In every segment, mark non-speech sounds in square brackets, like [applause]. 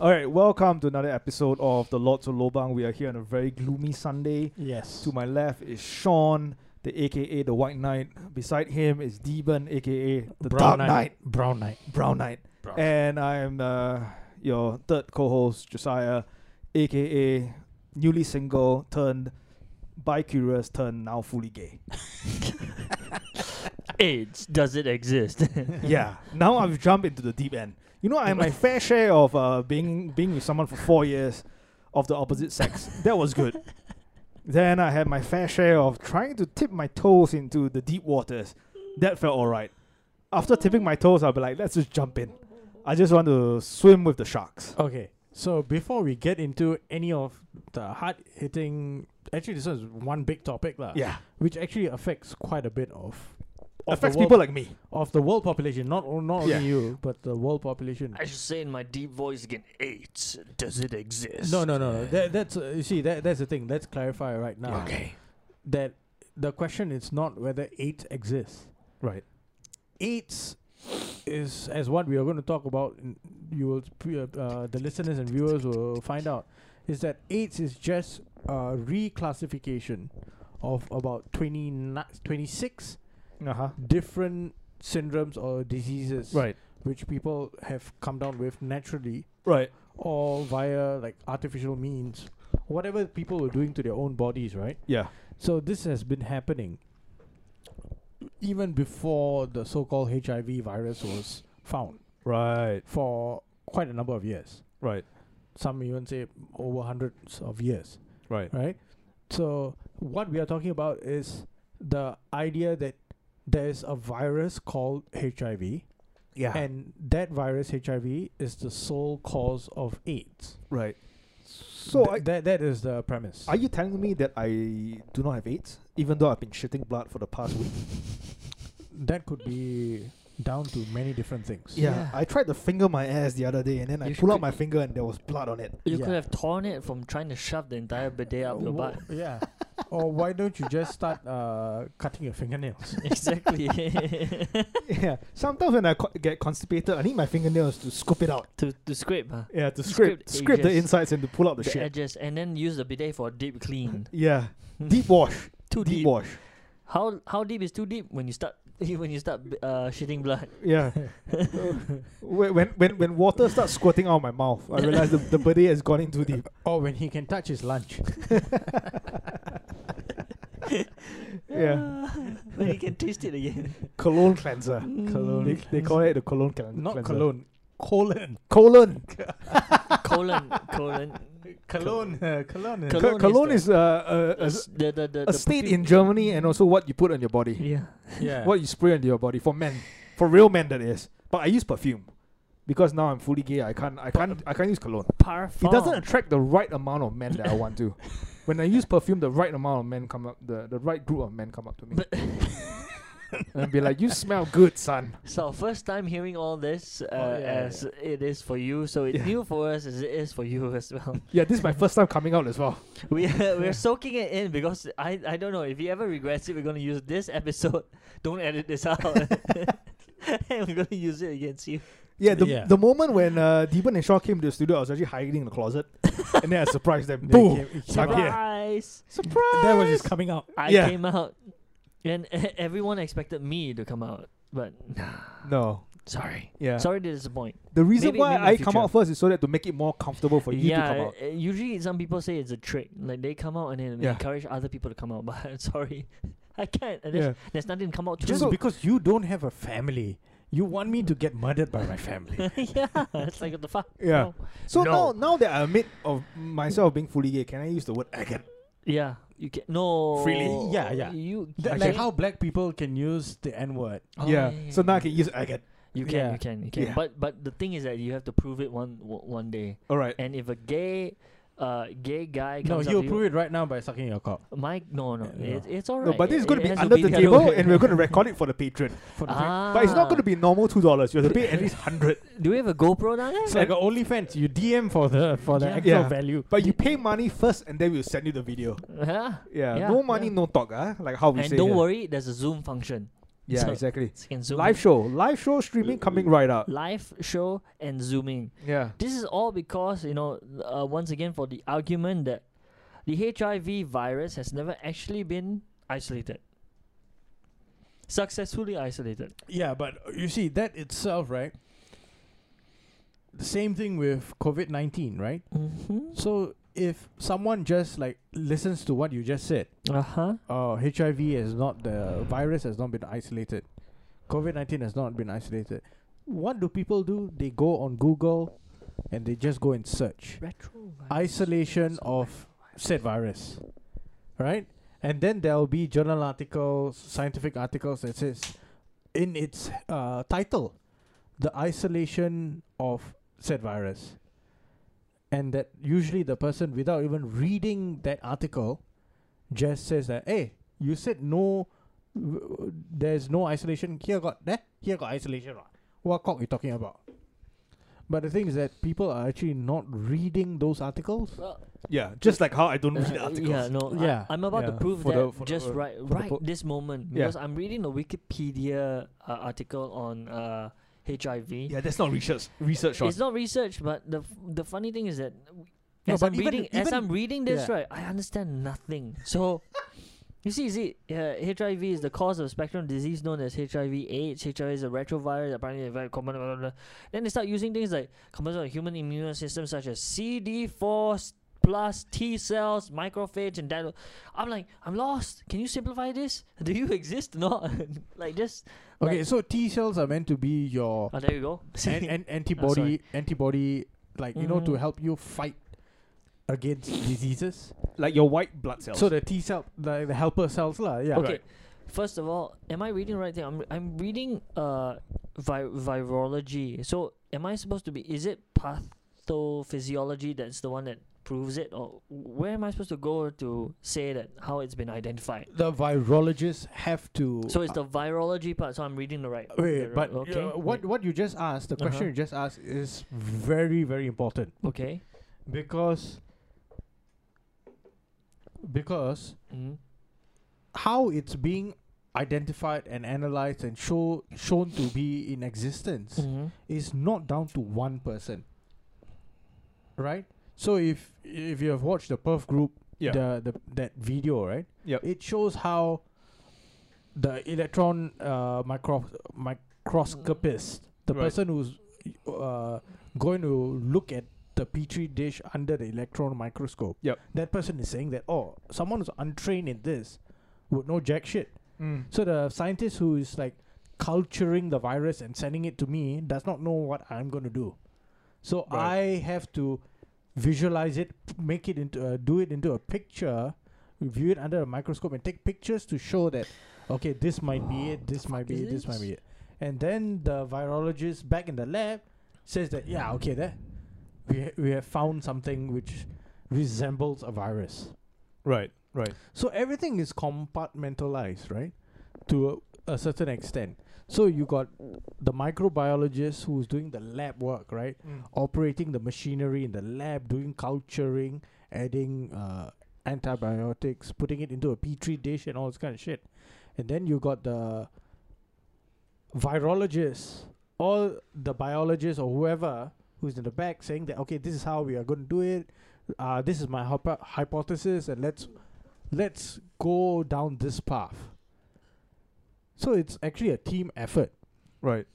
All right, welcome to another episode of the Lord to Lobang. We are here on a very gloomy Sunday. Yes. To my left is Sean, the AKA the White Knight. Beside him is Deben, AKA the Dark Knight, Brown Knight. Eh, Brown Knight. Brown. And I am uh, your third co-host Josiah, AKA newly single turned bi-curious turned now fully gay. AIDS doesn't exist. yeah, now I've jumped into the deep end. You know, I had [laughs] my fair share of uh, being being with someone for four years of the opposite sex. That was good. Then I had my fair share of trying to tip my toes into the deep waters. That felt alright. After tipping my toes, I'll be like, let's just jump in. I just want to swim with the sharks. Okay. So before we get into any of the hard hitting, actually this is one big topic lah. Yeah, Which actually affects quite a bit of. of affects the world, people like me. of the world population, not o- not Yeah. only you, but the world population. I should say in my deep voice again, AIDS doesn't exist. no, no, no, no. That, that's uh, you see that that's the thing. Let's clarify right now. Okay. That the question is not whether AIDS exists. Right. AIDS is as what we are going to talk about. n- You will p- uh, uh, the listeners and viewers will find out is that AIDS is just a reclassification of about 20 ni- 26 Uh huh. different syndromes or diseases Right. which people have come down with naturally Right. or via like artificial means whatever people were doing to their own bodies right Yeah. so this has been happening even before the so-called HIV virus was found Right. for quite a number of years. Right. Some even say over hundreds of years, Right. right? So what we are talking about is the idea that there is a virus called HIV Yeah. and that virus HIV is the sole cause of AIDS. right. So Th- I, that that is the premise. Are you telling me that I do not have AIDS, even though I've been shitting blood for the past week? that could be down to many different things. Yeah. I tried to finger my ass the other day, and then I You pulled out should- my finger, and there was blood on it. [laughs] You Yeah. could have torn it from trying to shove the entire bidet up your Wha- [laughs] butt. [laughs] Yeah. or why don't you just start uh, cutting your fingernails? exactly. yeah. Sometimes when I co- get constipated, I need my fingernails to scoop it out. to to scrape, huh? Yeah, to Scrape scrape the scrape the edges. insides and to pull out the, The Oh, shit. edges, and then use the bidet for a deep [laughs] clean. Yeah. Deep wash. too deep deep. wash. How how deep is too deep when you start [laughs] when you start uh, shitting blood? Yeah. when, when when when water starts squirting out of my mouth, I realize the, the bidet has gone in too deep. or when he can touch his lunch. Yeah. [laughs] when you can taste it again. Cologne cleanser. They, Cologne. they call it the cologne clean- cleanser. Not cologne. Colon. Colon. colon colon. Cologne. uh, Cologne. Cologne, is- Col- Cologne cologne is is, uh, a, a, S- the, the, the, a the state perfume- in Germany and also what you put on your body. yeah. yeah. What you spray onto your body for men. For real men that is. But I use perfume. Because now I'm fully gay. I can't I can't I can't use cologne. Parfum. It doesn't attract the right amount of men that I want [laughs] to. When I use perfume, the right amount of men come up the, the right group of men come up to me. But- and be like, You smell good, son. [laughs] So first time hearing all this uh, yeah, yeah, as it is for you, so it's Yeah. new for us as it is for you as well. [laughs] Yeah, this is my first time coming out as well. we Yeah. we're soaking it in because I I don't know if you ever regrets it, we're gonna use this episode. [laughs] Don't edit this out. [laughs] and we're gonna use it against you. Yeah, the, Yeah. the moment when uh Deepan and Shaw came to the studio, I was actually hiding in the [laughs] closet. and then I surprised them. They Boom! came- he I'm came out. here. Surprise! Surprise! That was his coming out. I Yeah. came out, and e- everyone expected me to come out, but No. sorry, Yeah. sorry to disappoint. The reason Maybe- why maybe in I the come future. out first is so that to make it more comfortable for you yeah, to come out. uh, usually some people say it's a trick. Like they come out and then Yeah. encourage other people to come out. [laughs] But I'm sorry, I can't. And There's, there's nothing to come out to. Just because you don't have a family, you want me to get murdered by my [laughs] family. [laughs] yeah, it's like what the fuck. Yeah. No. So No. now, now that I admit of myself being fully gay, can I use the word agate? Yeah, you can no Freely. Yeah, yeah. You Th- you like can- how black people can use the N word. Oh, So now I yeah. can use agate. you can Yeah. you can you can. Yeah. But but the thing is that you have to prove it one w- one day. All right. And if a gay, uh, gay guy No, comes up you'll to prove it right now by sucking your cock. you, Mike. No, no, Yeah. It, it's alright. No, but this is going It to be has under the, other table, way. and [laughs] we're going to record it for the patron. For the fa- ah, But it's not going to be normal two dollars. You have to pay at least [laughs] hundred. Do we have a GoPro down there? it's like an OnlyFans. You DM for the for the Yeah. actual Yeah. value. But you pay money first, and then we'll send you the video. Huh? Yeah. [laughs] Yeah, no money, yeah. no talk. Ah, like how we and say. don't here. worry, there's a Zoom function. Yeah, So- [laughs] exactly. So you can zoom Live in. show, live show streaming coming right up. live show and zooming. Yeah. This is all because you know uh, once again for the argument that the HIV virus has never actually been isolated, successfully isolated. Yeah, but uh, you see that itself, right? The same thing with COVID nineteen, right? Mm-hmm. So if someone just like listens to what you just said, Uh huh. oh, HIV is not the virus has not been isolated, COVID nineteen has not been isolated. What do people do? They go on Google, and they just go and search Retro. isolation of said virus, right? And then there'll be journal articles, scientific articles that says in its uh, title, the isolation of said virus. And that usually the person, without even reading that article, just says that, hey, you said no, w- there's no isolation. Here got that, here got isolation. what? What cock you talking about? But the thing is that people are actually not reading those articles. Well, Yeah. Just like how I don't read uh, articles. yeah, no, Yeah. I, am about to Yeah. prove For the- that for the- just uh, right, the right po- this moment Yeah. because I'm reading a Wikipedia uh, article on uh, HIV. Yeah, that's not research. Research on. It's not research, but the f- the funny thing is that w- No, as but I'm even- reading as even- I'm reading this yeah. right, I understand nothing. So you see, you see, uh, HIV is the cause of spectrum disease known as HIV/AIDS. HIV is a retrovirus, apparently a very common. Blah, blah, blah. Then they start using things like components of human immune system such as CD4 s- plus T cells, microphage, and that. I'm like, I'm lost. Can you simplify this? [laughs] Do you exist? or Not [laughs] like just. Okay, Like- so T cells are meant to be [laughs] your Oh, there [laughs] you go. an, [laughs] an antibody, antibody, like you know, to Mhm. help you fight against diseases. like your white blood cells. So the T cell, the, the helper cells, lah. Yeah. Okay. First of all, am I reading the right thing? I'm I'm reading uh vi- virology. So am I supposed to be? Is it pathophysiology that's the one that proves it, or where am I supposed to go to say that how it's been identified? The virologists have to. So it's the virology part. So I'm reading the right. Uh, wait, the- but okay. uh, what what you just asked, the question Uh-huh. you just asked, is very very important Okay. because because Mm. how it's being identified and analyzed and show shown to be in existence Mhm. is not down to one person. Right? So if if you have watched the Perf group Yeah. the, the that video, right? Yep. It shows how the electron uh, micro microscopist, the Right. person who's uh, going to look at the petri dish under the electron microscope. Yep. That person is saying that oh, someone who's untrained in this would know jack shit. So the scientist who is like culturing the virus and sending it to me does not know what I'm going to do. So Right. I have to visualize it, p- make it into, uh, do it into a picture, view it under a microscope, and take pictures to show that, okay, this might be it, this might be is it, this might this? be it. And then the virologist back in the lab says that, yeah, okay, there, we, ha- we have found something which resembles a virus. Right. Right. So everything is compartmentalized, right? To a, a certain extent. So you got the microbiologist who's doing the lab work, right? Operating the machinery in the lab, doing culturing, adding uh, antibiotics, putting it into a petri dish, and all this kind of shit. And then you got the virologists, or the biologists, or whoever who's in the back saying that, okay, this is how we are going to do it. Uh, this is my hypo- hypothesis, and let's let's go down this path. So it's actually a team effort. Right.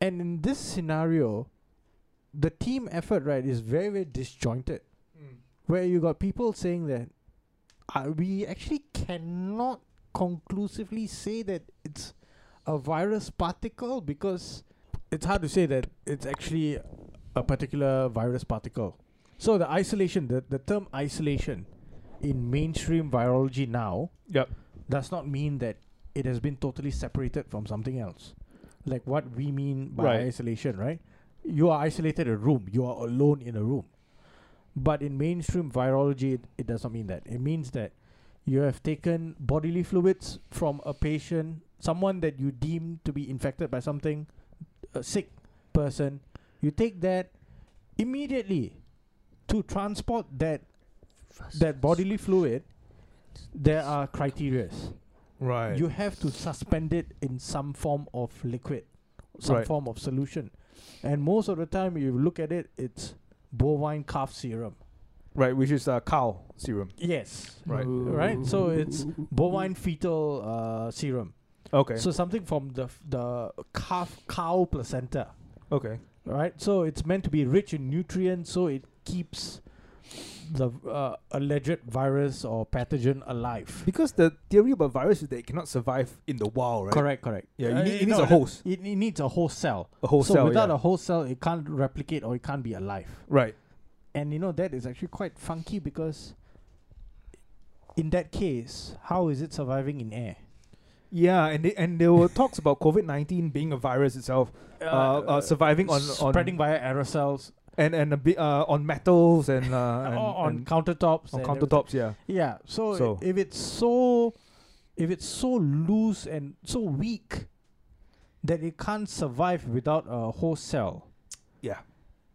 And in this scenario, the team effort, right, is very, very disjointed. Where you got people saying that uh, we actually cannot conclusively say that it's a virus particle because it's hard to say that it's actually a particular virus particle. So the isolation, the, the term isolation in mainstream virology now Yep. does not mean that it has been totally separated from something else. Like what we mean by Right. isolation, right? You are isolated in a room, you are alone in a room. But in mainstream virology, it, it does not mean that. It means that you have taken bodily fluids from a patient, someone that you deem to be infected by something, a sick person. You take that immediately to transport that that bodily fluid, there are criterias. Right. you have to suspend it in some form of liquid, some Right. form of solution. And most of the time, you look at it, it's bovine calf serum. right, which is uh, cow serum. Yes. Right. Right? So it's bovine fetal uh, serum. Okay. So something from the f- the calf cow placenta. okay. Right? So it's meant to be rich in nutrients, so it keeps the uh, alleged virus or pathogen alive. Because the theory about virus is that it cannot survive in the wild, right? Correct, correct. Yeah, you Uh, need, it no, needs a no, host. It, it needs a host cell. A host so cell. without yeah. a host cell, it can't replicate or it can't be alive. right. And you know that is actually quite funky because in that case, how is it surviving in air? Yeah, and they, and there were talks about COVID nineteen being a virus itself, uh, uh, surviving on on spreading via aerosols and and a bit, uh, on metals and, uh, [laughs] and or on and countertops. on and countertops. Yeah, everything. Yeah. So, i- So. if it's so, if it's so loose and so weak that it can't survive without a host cell, yeah.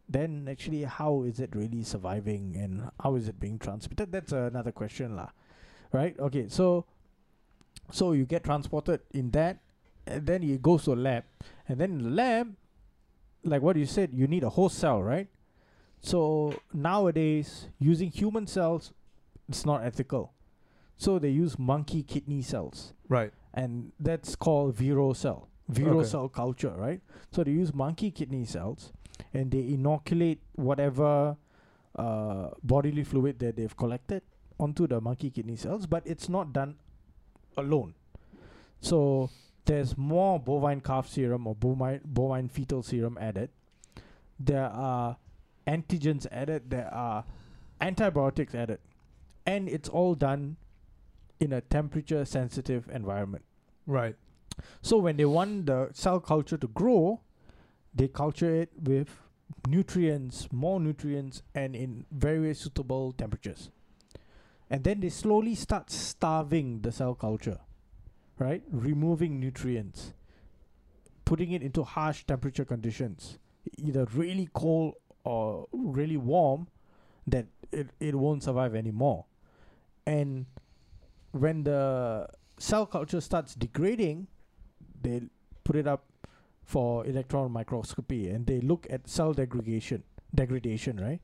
then actually how is it really surviving and how is it being transmitted that's another question lah right okay so so you get transported in that and then it goes to a lab and then in the lab like what you said you need a host cell right so nowadays using human cells it's not ethical so they use monkey kidney cells Right. and that's called vero cell vero Okay. cell culture right so they use monkey kidney cells and they inoculate whatever uh, bodily fluid that they've collected onto the monkey kidney cells but it's not done alone so there's more bovine calf serum or bovine, bovine fetal serum added there are antigens added there are antibiotics added and it's all done in a temperature sensitive environment Right. so when they want the cell culture to grow, they culture it with nutrients, more nutrients, and in very suitable temperatures. And then they slowly start starving the cell culture, right? Removing nutrients, putting it into harsh temperature conditions, either really cold or really warm, that it, it won't survive anymore. And when the cell culture starts degrading, they put it up for electron microscopy and they look at cell degradation degradation right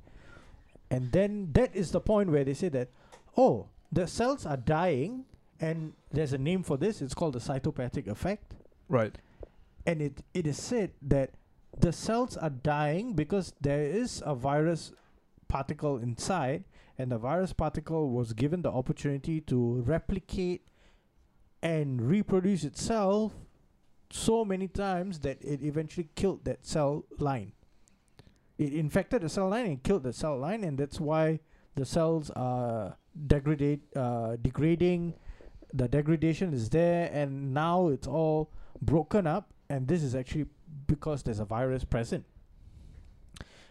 and then that is the point where they say that oh the cells are dying and there's a name for this it's called the cytopathic effect Right. and it, it is said that the cells are dying because there is a virus particle inside and the virus particle was given the opportunity to replicate and reproduce itself so many times that it eventually killed that cell line it infected the cell line and killed the cell line and that's why the cells are degrade uh, degrading the degradation is there and now it's all broken up, and this is actually because there's a virus present.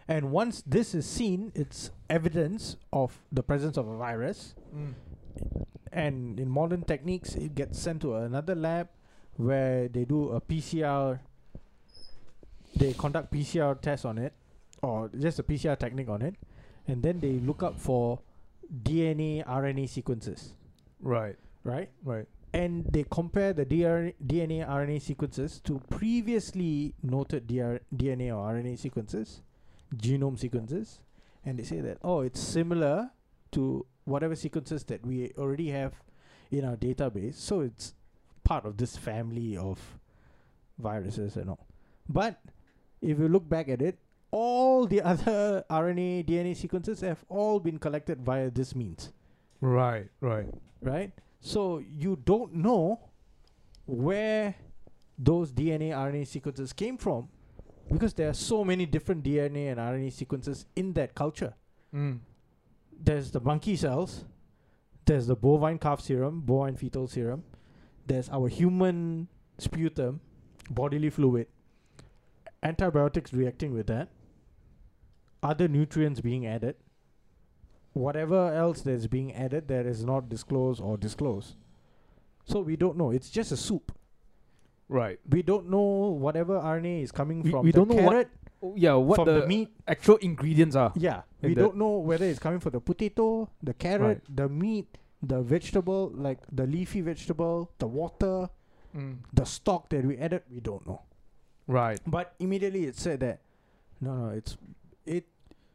And once this is seen, it's evidence of the presence of a virus. And in modern techniques, it gets sent to another lab where they do a PCR, they conduct PCR tests on it, or just a PCR technique on it, and then they look up for DNA, RNA sequences, Right. right? Right. and they compare the DR- DNA RNA sequences to previously noted DR- DNA or RNA sequences, genome sequences, and they say that oh, it's similar to whatever sequences that we already have in our database, so it's part of this family of viruses and all. But if you look back at it, all the [laughs] other RNA DNA sequences have all been collected via this means Right. Right. right? So you don't know where those DNA RNA sequences came from because there are so many different DNA and RNA sequences in that culture. Mm. There's the monkey cells, there's the bovine calf serum, bovine fetal serum, there's our human sputum, bodily fluid, antibiotics reacting with that, other nutrients being added, whatever else that's being added that is not disclosed or disclosed. So we don't know. It's just a soup. Right. We don't know whatever RNA is coming We- from we the don't know what- carrot, Oh, yeah. What from the, meat. actual ingredients are? Yeah, in we that- don't know whether it's coming from the potato, the carrot, the meat, the vegetable, like the leafy vegetable, the water, Mm. the stock that we added, we don't know. Right. But immediately it said that no, no, it's it.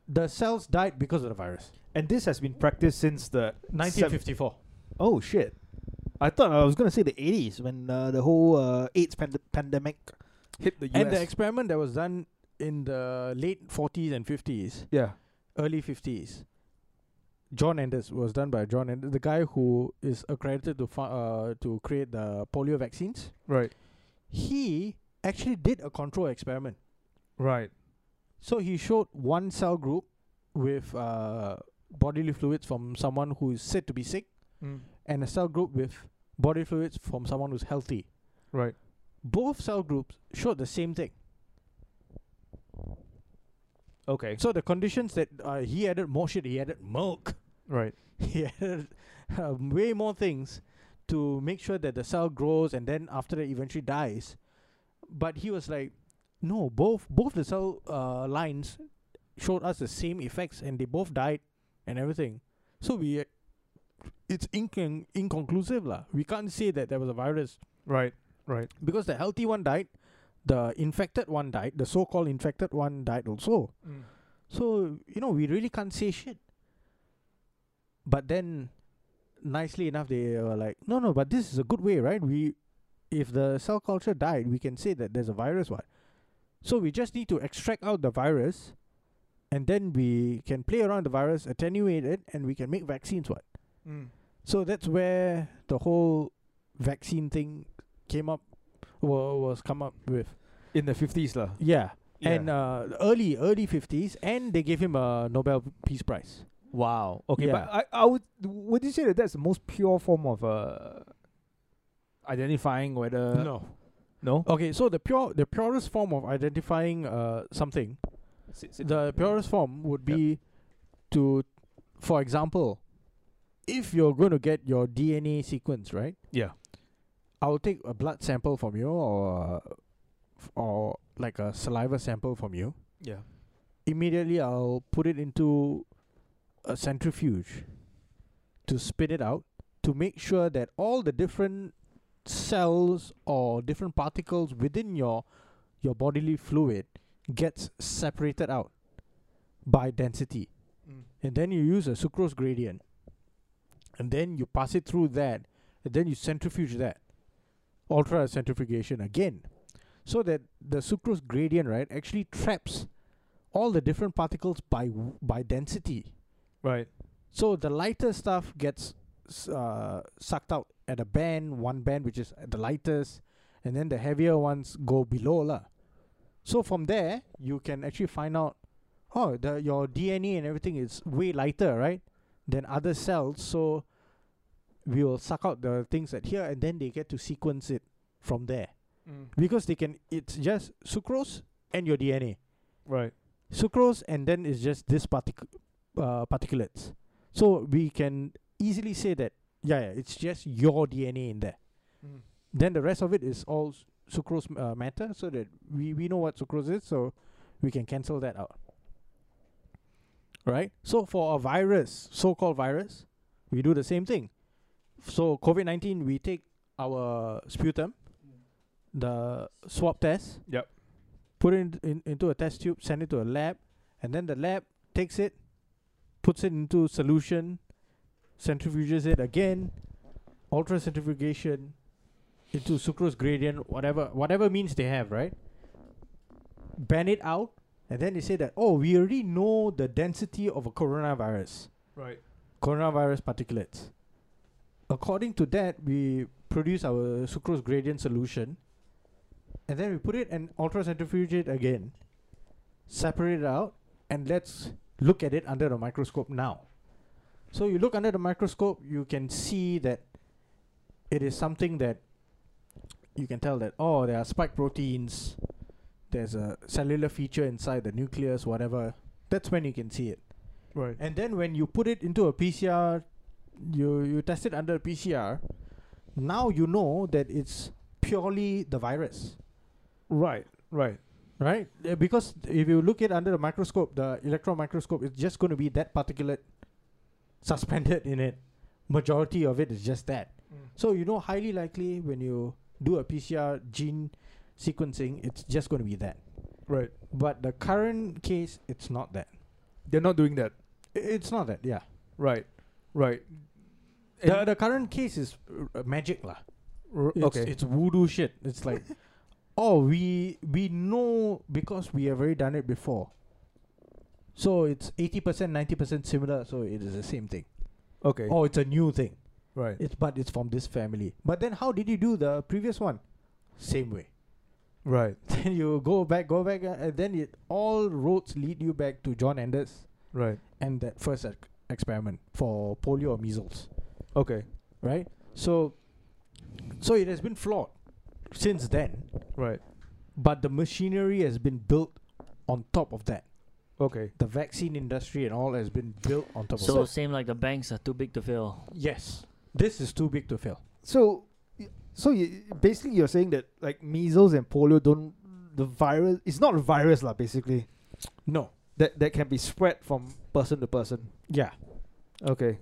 The cells died because of the virus. And this has been practiced since the 1954. Oh shit! I thought I was gonna say the 80s when uh, the whole uh, AIDS pand- pandemic hit the US. And the experiment that was done in the late 40s and 50s, yeah, early 50s, John Enders was done by John Enders, the guy who is accredited to fu- uh, to create the polio vaccines. Right. He actually did a control experiment. Right. So he showed one cell group with uh, bodily fluids from someone who is said to be sick, Mm. and a cell group with body fluids from someone who's healthy. Right. Both cell groups showed the same thing. Okay. So the conditions that uh, he added more shit, he added milk, Right. [laughs] he added uh, way more things to make sure that the cell grows and then after that eventually dies. But he was like, no, both both the cell uh, lines showed us the same effects and they both died and everything. So we, uh, it's incon- inconclusive lah. We can't say that there was a virus Right. Right. because the healthy one died, the infected one died, the so-called infected one died also. Mm, So, you know, we really can't say shit. But then, nicely enough, they were like, no, no, but this is a good way, right? We, if the cell culture died, we can say that there's a virus, what? So we just need to extract out the virus, and then we can play around the virus, attenuate it, and we can make vaccines, what? mm. So that's where the whole vaccine thing came up, wa- was come up with. In the fifties lah. Yeah and uh, early early 50s and they gave him a nobel peace prize wow. Okay. Yeah. But I, I would would you say that that's the most pure form of uh identifying whether no no okay so the pure the purest form of identifying uh, something the purest form would Yep. be to for example if you're going to get your dna sequence right Yeah. i'll take a blood sample from you or or like a saliva sample from you yeah immediately I'll put it into a centrifuge to spit it out to make sure that all the different cells or different particles within your your bodily fluid gets separated out by density Mm. and then you use a sucrose gradient and then you pass it through that and then you centrifuge that ultra centrifugation again so that the sucrose gradient right actually traps all the different particles by w- by density right so the lighter stuff gets s- uh, sucked out at a band one band which is at the lightest and then the heavier ones go below lah. so from there you can actually find out oh the your dna and everything is way lighter right than other cells so we will suck out the things at here and then they get to sequence it from there Mm. because they can it's just sucrose and your dna right sucrose and then it's just this partic- uh, particulates. So we can easily say that yeah, yeah, it's just your DNA in there. Then the rest of it is all s- sucrose m- uh, matter, so that we we know what sucrose is, so we can cancel that out. Right. So for a virus, so-called virus, we do the same thing. So COVID nineteen, we take our sputum, the swab test, yep put it in, in, into a test tube, send it to a lab, and then the lab takes it, puts it into solution, centrifuges it again, ultra centrifugation into sucrose gradient, whatever whatever means they have, right? Ban it out, and then they say that oh, we already know the density of a coronavirus right coronavirus particulates. According to that, we produce our sucrose gradient solution, and then we put it and ultracentrifuge it again, separate it out, and let's look at it under the microscope now. So you look under the microscope, you can see that it is something that you can tell that oh, there are spike proteins, there's a cellular feature inside the nucleus, whatever. That's when you can see it. right And then when you put it into a PCR, you you test it under a PCR. Now you know that it's purely the virus, right right right? Uh, Because if you look it under the microscope, the electron microscope, it's just going to be that particulate suspended in it, majority of it is just that. Mm. So you know, highly likely when you do a PCR gene sequencing, it's just going to be that. Right. But the current case, it's not that. They're not doing that. I- It's not that. Yeah. Right. Right. The, And- the current case is uh, magic lah. r- It's, okay. It's voodoo shit. It's [laughs] like, oh, we we know because we have already done it before. So it's eighty percent, ninety percent similar. So it is the same thing. okay. Oh, it's a new thing. Right. It's but it's from this family. But then how did you do the previous one? Same way. [laughs] Right. Then you go back, go back, uh, and then it all roads lead you back to John Anders Right. and that first ex- experiment for polio or measles, Okay. right? So, so it has been flawed since then, Right. but the machinery has been built on top of that. Okay. The vaccine industry and all has been built on top So of that. same like the banks are too big to fail. Yes, this is too big to fail. So, y- so you, basically, you're saying that like measles and polio don't the virus. It's not a virus, lah. Basically, No. that that can be spread from person to person. Yeah. Okay.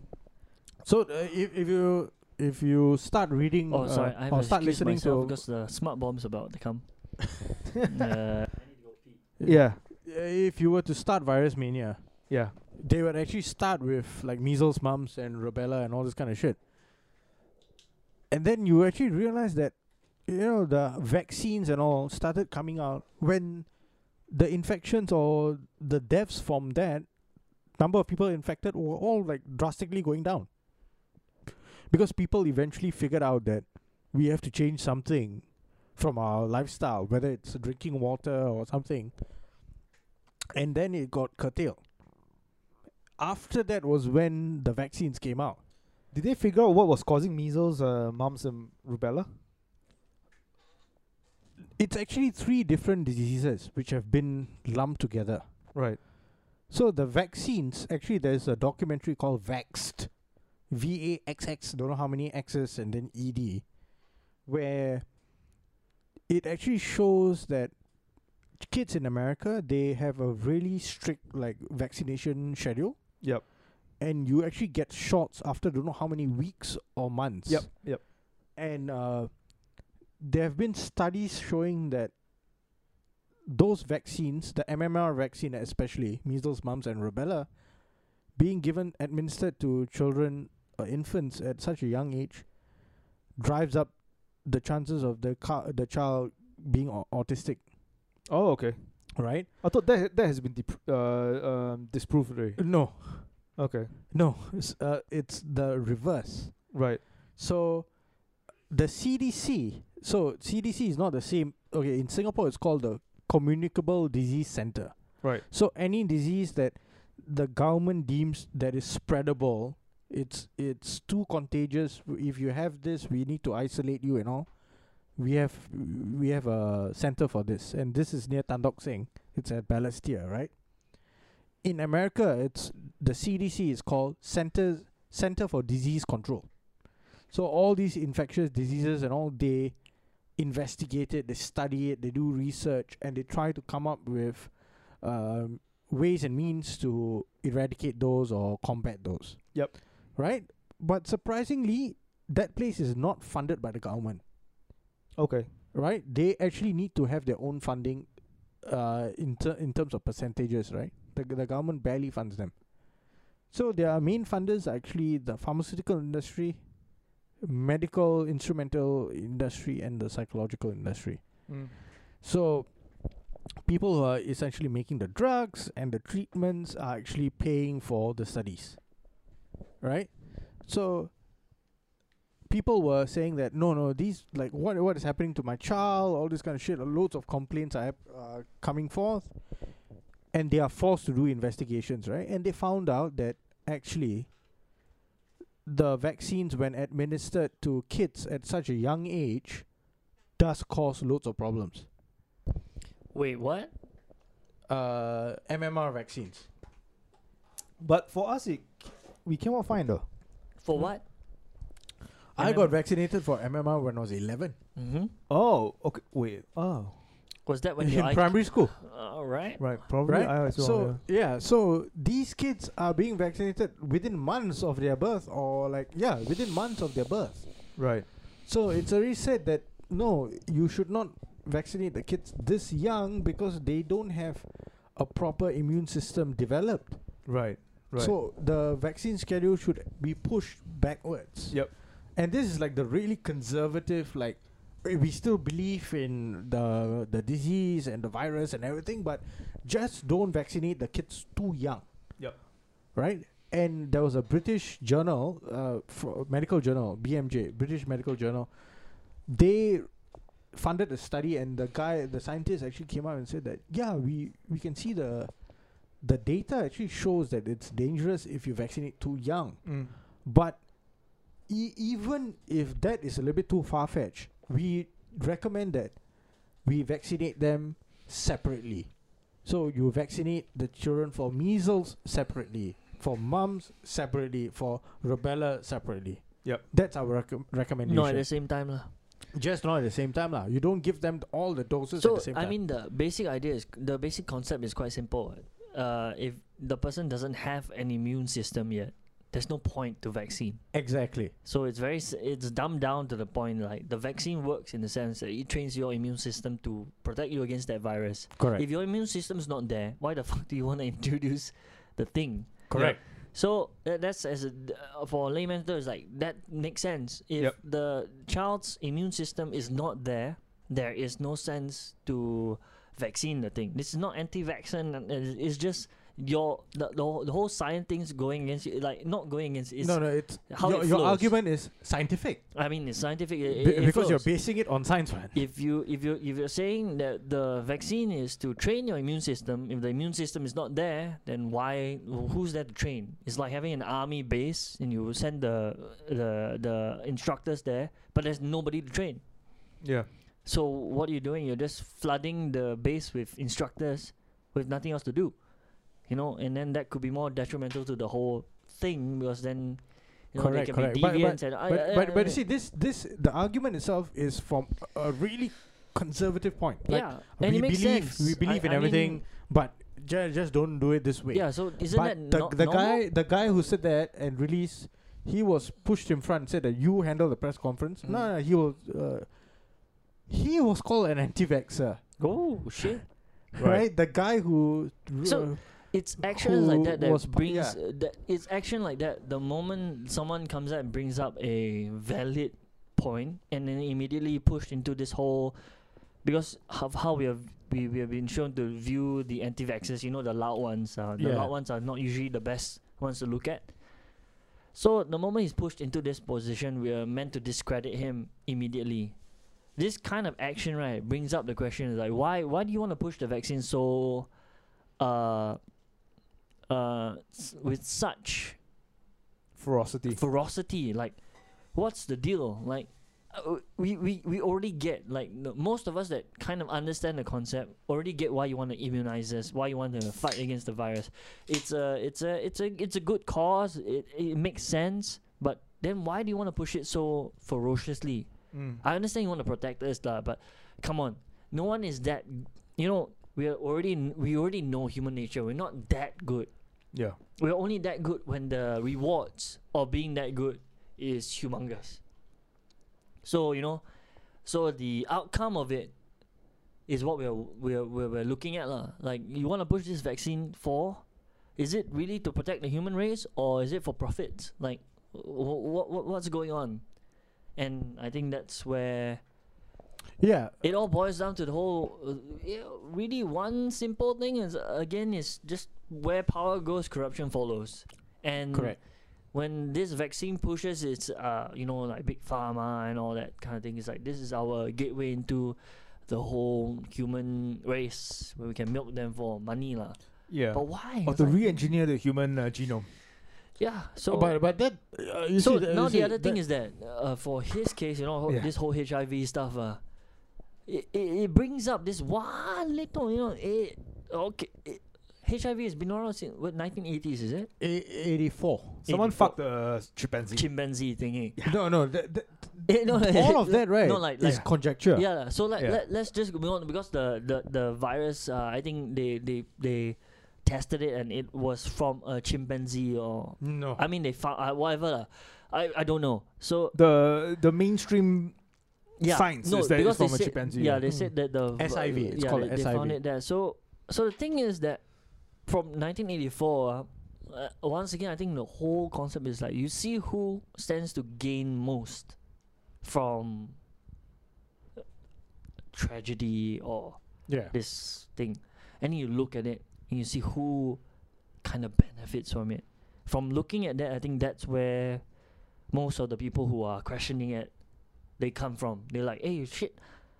So uh, if if you if you start reading Oh, uh, sorry, I have or to start excuse listening myself to because the smart bomb's about [laughs] to come. uh, [laughs] Yeah. uh, if you were to start virus mania, Yeah. they would actually start with like measles, mumps, and rubella and all this kind of shit. And then you actually realize that, you know, the vaccines and all started coming out when the infections or the deaths from that number of people infected were all like drastically going down. Because people eventually figured out that we have to change something from our lifestyle, whether it's drinking water or something. And then it got curtailed after that was when the vaccines came out. Did they figure out what was causing measles, uh, mumps, and rubella? It's actually three different diseases which have been lumped together. Right. So the vaccines, actually, there's a documentary called Vaxxed, V A X X, don't know how many X's, and then E D, where it actually shows that kids in America they have a really strict like vaccination schedule. Yep. And you actually get shots after don't know how many weeks or months. Yep. Yep. and uh, there have been studies showing that those vaccines, the MMR vaccine especially, measles, mumps, and rubella, being given administered to children or infants at such a young age, drives up the chances of the car- the child being au- autistic. Oh, okay. Right? I thought that that has been dep- uh, um, disproved already. No, Okay. no, it's, uh, it's the reverse. Right. So the CDC, so CDC is not the same. Okay, in Singapore it's called the Communicable Disease Center. Right. So any disease that the government deems that is spreadable, it's it's too contagious. W- If you have this, we need to isolate you and all. We have we have a center for this, and this is near Tandok Singh. It's at Balestier, right? In America, it's the CDC is called Center Center for Disease Control. So all these infectious diseases and all they investigate it, they study it, they do research, and they try to come up with um, ways and means to eradicate those or combat those. Yep. Right? But surprisingly, that place is not funded by the government, Okay. right? They actually need to have their own funding uh, in, ter- in terms of percentages, right? The, the government barely funds them. So their main funders are actually the pharmaceutical industry, medical instrumental industry, and the psychological industry. Mm. So people who are essentially making the drugs and the treatments are actually paying for the studies. Right? So people were saying that no no these like what what is happening to my child all this kind of shit loads of complaints are hap- uh, coming forth and they are forced to do investigations right and they found out that actually the vaccines when administered to kids at such a young age does cause loads of problems wait, what? uh, MMR vaccines. But for us, it we cannot find though. For what? I And got vaccinated for MMR when I was 11. Mm-hmm. Oh, okay. Wait. Oh. Was that when [laughs] in you like? primary school. All right. Right, probably. right? I as well, so yeah. so these kids are being vaccinated within months of their birth, or like yeah, within months of their birth. yeah. right. So it's already said that no, you should not vaccinate the kids this young because they don't have a proper immune system developed. Right. Right. So the vaccine schedule should be pushed backwards. Yep. And this is like the really conservative, like eh, we still believe in the the disease and the virus and everything, but just don't vaccinate the kids too young. Yep. Right. And there was a British journal, uh, fro- medical journal, BMJ, British Medical Journal. They funded a study, and the guy, the scientist, actually came out and said that yeah, we we can see the the data actually shows that it's dangerous if you vaccinate too young. Mm. But e- even if that is a little bit too far fetched, we recommend that we vaccinate them separately. So you vaccinate the children for measles separately, for mumps separately, for rubella separately. Yep. That's our recom recommendation. No, at the same time lah. Just not at the same time, lah. You don't give them all the doses So at the same I time. mean, the basic idea is the basic concept is quite simple. Uh, if the person doesn't have an immune system yet, there's no point to vaccine. exactly. So it's very s- it's dumbed down to the point like the vaccine works in the sense that it trains your immune system to protect you against that virus. Correct. If your immune system's not there, why the [laughs] fuck do you want to introduce the thing? Correct. So tha- that's as a, d- uh, for a layman terms, like that makes sense. If Yep. the child's immune system is not there, there is no sense to vaccine the thing. This is not anti-vaccine. and it- It's just your the, the, whole- the whole science thing's going against you. Like not going against. It's, no, no. It's how your, it your flows. argument is scientific I mean it's scientific. be- It, it- it because you're flows. basing it on science, man. If you if you if you're saying that the vaccine is to train your immune system, if the immune system is not there, then why wh- who's there to train? It's like having an army base and you send the the the instructors there, but there's nobody to train. Yeah. So what are you doing? You're just flooding the base with instructors with nothing else to do. You know, and then that could be more detrimental to the whole thing because then you know, Correct, they can correct. be But- but- deviants and uh, I- but I- but, but I- you see this this the argument itself is from a really conservative point. Like yeah, and we it makes believe sense. we believe I- in I mean, everything, but ju- just don't do it this way. yeah, so isn't but that the, no- the normal? guy the guy who said that and released he was pushed in front said that you handle the press conference. Mm. No, no, he was uh, he was called an anti-vaxer, Oh shit! right? The guy who uh, So- It's actions like Who that that was pa- brings yeah. uh, that it's action like that. The moment someone comes out and brings up a valid point, and then immediately pushed into this whole because of how we have we, we have been shown to view the anti-vaxxers. You know, the loud ones. Uh, the Yeah. loud ones are not usually the best ones to look at. So the moment he's pushed into this position, we are meant to discredit him immediately. This kind of action, right, brings up the question like why why do you want to push the vaccine so uh uh s- with such Ferocity. ferocity? Like what's the deal? Like uh, we, we we already get like the, most of us that kind of understand the concept already get why you want to immunize us, why you want to fight against the virus. It's a it's a it's a it's a good cause. It it makes sense, but then why do you want to push it so ferociously? Mm. I understand you want to protect us, lah, but come on, no one is that. You know, we are already we already know human nature. We're not that good. Yeah. We're only that good when the rewards of being that good is humongous. So you know, so the outcome of it is what we're we're we're, we're looking at, lah. Like you want to push this vaccine for? Is it really to protect the human race, or is it for profit? Like, what what what's going on? And I think that's where yeah it all boils down to the whole uh, yeah, really one simple thing is uh, again is just where power goes corruption follows and correct. when this vaccine pushes its uh you know like big pharma and all that kind of thing it's like this is our gateway into the whole human race where we can milk them for money lah. Yeah. but why Or It's to like- re-engineer the human uh, genome. yeah so Oh, but but that uh, you so see that- now you the see other thing that- is that uh, for his case, you know, ho- Yeah. this whole HIV stuff, uh, it, it, it brings up this one little, you know, it, okay, it, HIV has been around since what 1980s, is it? A- 84. Someone Eighty four. Mm. fucked the uh, chimpanzee. Chimpanzee thingy. No, no, that, that, Eh, [laughs] no, like- all of that, right? No, like, is like- conjecture. Yeah, lah. so like, Yeah. Let, let's just go on because the, the, the virus, uh, I think they, they, they tested it and it was from a chimpanzee or. No. I mean, they found. Uh, whatever. lah. I, I don't know. So, The the mainstream yeah. science no, is that it's because they from a said- chimpanzee. Yeah, they Mm. said that the. v- SIV, it's yeah, called they, they found SIV. it there. So, so the thing is that from 1984, uh, uh, once again, I think the whole concept is like you see who stands to gain most from uh, tragedy or Yeah. this thing, and you look at it and you see who kind of benefits from it. From looking at that, I think that's where most of the people who are questioning it, they come from. They're like, "Hey, shit,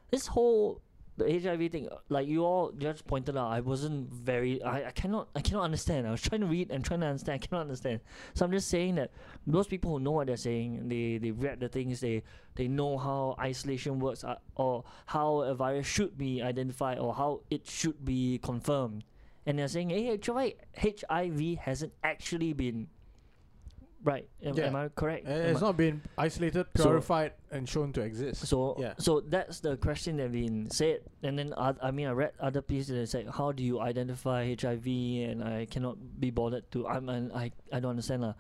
this whole the HIV thing, uh, like you all just pointed out, I wasn't very, I, I cannot, I cannot understand. I was trying to read and trying to understand, I cannot understand. So I'm just saying that those people who know what they're saying, they they read the things, they they know how isolation works uh, or how a virus should be identified or how it should be confirmed. And they're saying, hey, HIV, HIV hasn't actually been. Right. Am, Yeah. am I correct? Uh, Am It's I- not been isolated, So- purified, and shown to exist. so Yeah. so that's the question that been said, and then oth- I mean I read other pieces that say how do you identify HIV, and I cannot be bothered to I'm an, I I don't understand lah.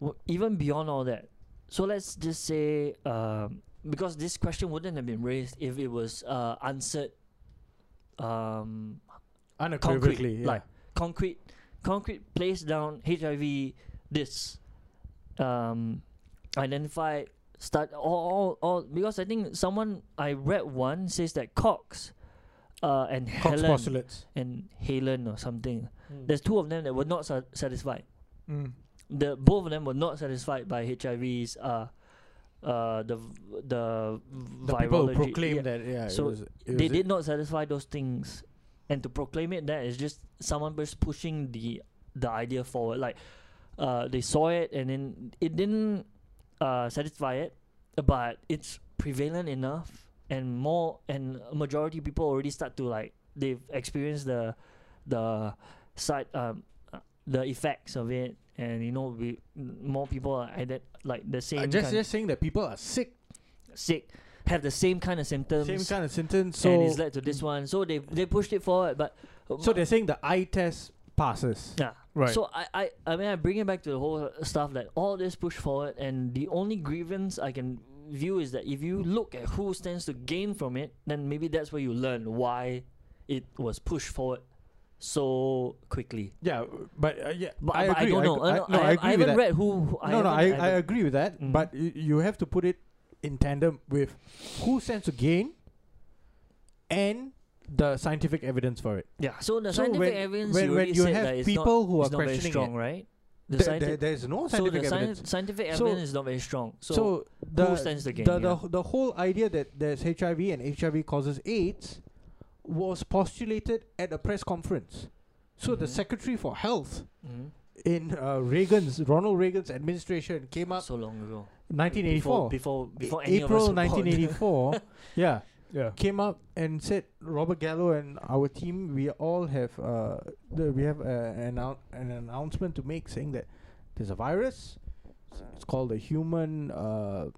W- even beyond all that, so let's just say um, because this question wouldn't have been raised if it was uh, answered um, Unequivocally. yeah. like concrete concrete place down HIV this um identify start all, all all because I think someone I read one says that Cox uh and Cox Helen Hmm. postulates. and Helen or something there's two of them that were not sa- satisfied Mm. the both of them were not satisfied by HIV's uh uh the v- the The people who virology. proclaim Yeah that, yeah, it So was, it was they did not satisfy those things and to proclaim it that is just someone just pushing the the idea forward like uh they saw it and then it didn't uh satisfy it but it's prevalent enough and more and majority people already start to like they've experienced the the side um uh, the effects of it and you know we more people are ident- like the same Uh, just kind just saying that people are sick, sick have the same kind of symptoms same kind of sentence. so So and it's led to this one. So they they pushed it forward, but so they're saying the eye test passes. yeah. Right. So I, I I mean I bring it back to the whole stuff that all this push forward, and the only grievance I can view is that if you look at who stands to gain from it, then maybe that's where you learn why it was pushed forward so quickly. Yeah, but uh, yeah, But I but agree. don't know. Uh, I, no, no, I, agree with haven't that. read who. who- I no, no, I, haven't- I haven't- agree with that. Mm. But you, you have to put it in tandem with who stands to gain and the scientific evidence for it. Yeah. So the So scientific when- evidence when- you when already you said have that it's people not, who are it's not very questioning strong, right? The There- scientific there- there's no so the scientific evidence. science, scientific So- evidence is not very strong. So, So, the who stands to gain, the, yeah. the, the whole idea that there's HIV and HIV causes AIDS was postulated at a press conference. So the Mhm. secretary for health Mhm. in uh, Reagan's Ronald Reagan's administration came up so long ago. 1984 Before before, before A- any of us April were born. [laughs] 1984 yeah Yeah. came up and said Robert Gallo and our team we all have uh the, we have uh, an, annou- an announcement to make saying that there's a virus It's- it's called the human uh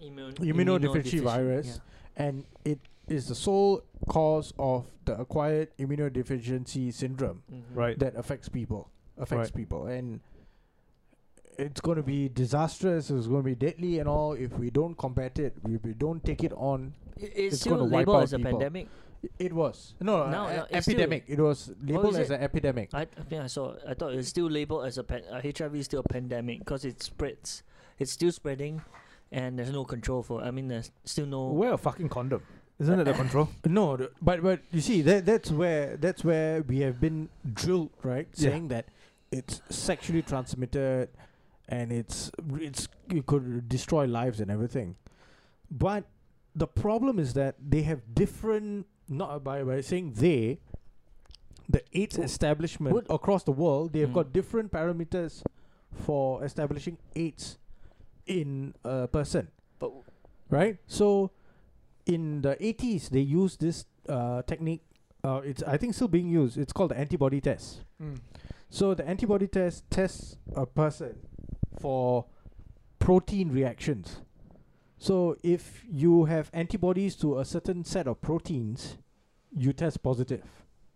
Immune- Immunodeficiency virus. yeah. and it is the sole cause of the acquired immunodeficiency syndrome Mhm. Right. that affects people affects people and it's going to be disastrous it's going to be deadly and all if we don't combat it if we don't take it on I- It's, It's still gonna wipe labeled out as a people. pandemic. I- It was no, No, no, no, a- it's still- Oh, epidemic. It was labeled is as an it? epidemic. I, Uh, I think I saw. I thought it's still labeled as a pan, uh, HIV is still a pandemic because it spreads. It's still spreading, and there's no control for. I mean, there's still no. Wear a fucking condom. Isn't [coughs] that the control? No, the- but but you see that that's where that's where we have been drilled, right? Yeah. Saying that it's sexually transmitted, and it's it's it could destroy lives and everything. But the problem is that they have different. Not by by saying they, the AIDS Would- establishment would- across the world, they have Mm. got different parameters for establishing AIDS in a person But right? So, in the eighties, they used this uh, technique. Uh, it's I think still being used. It's called the antibody test. Mm. So the antibody test tests a person for protein reactions. So if you have antibodies to a certain set of proteins, you test positive,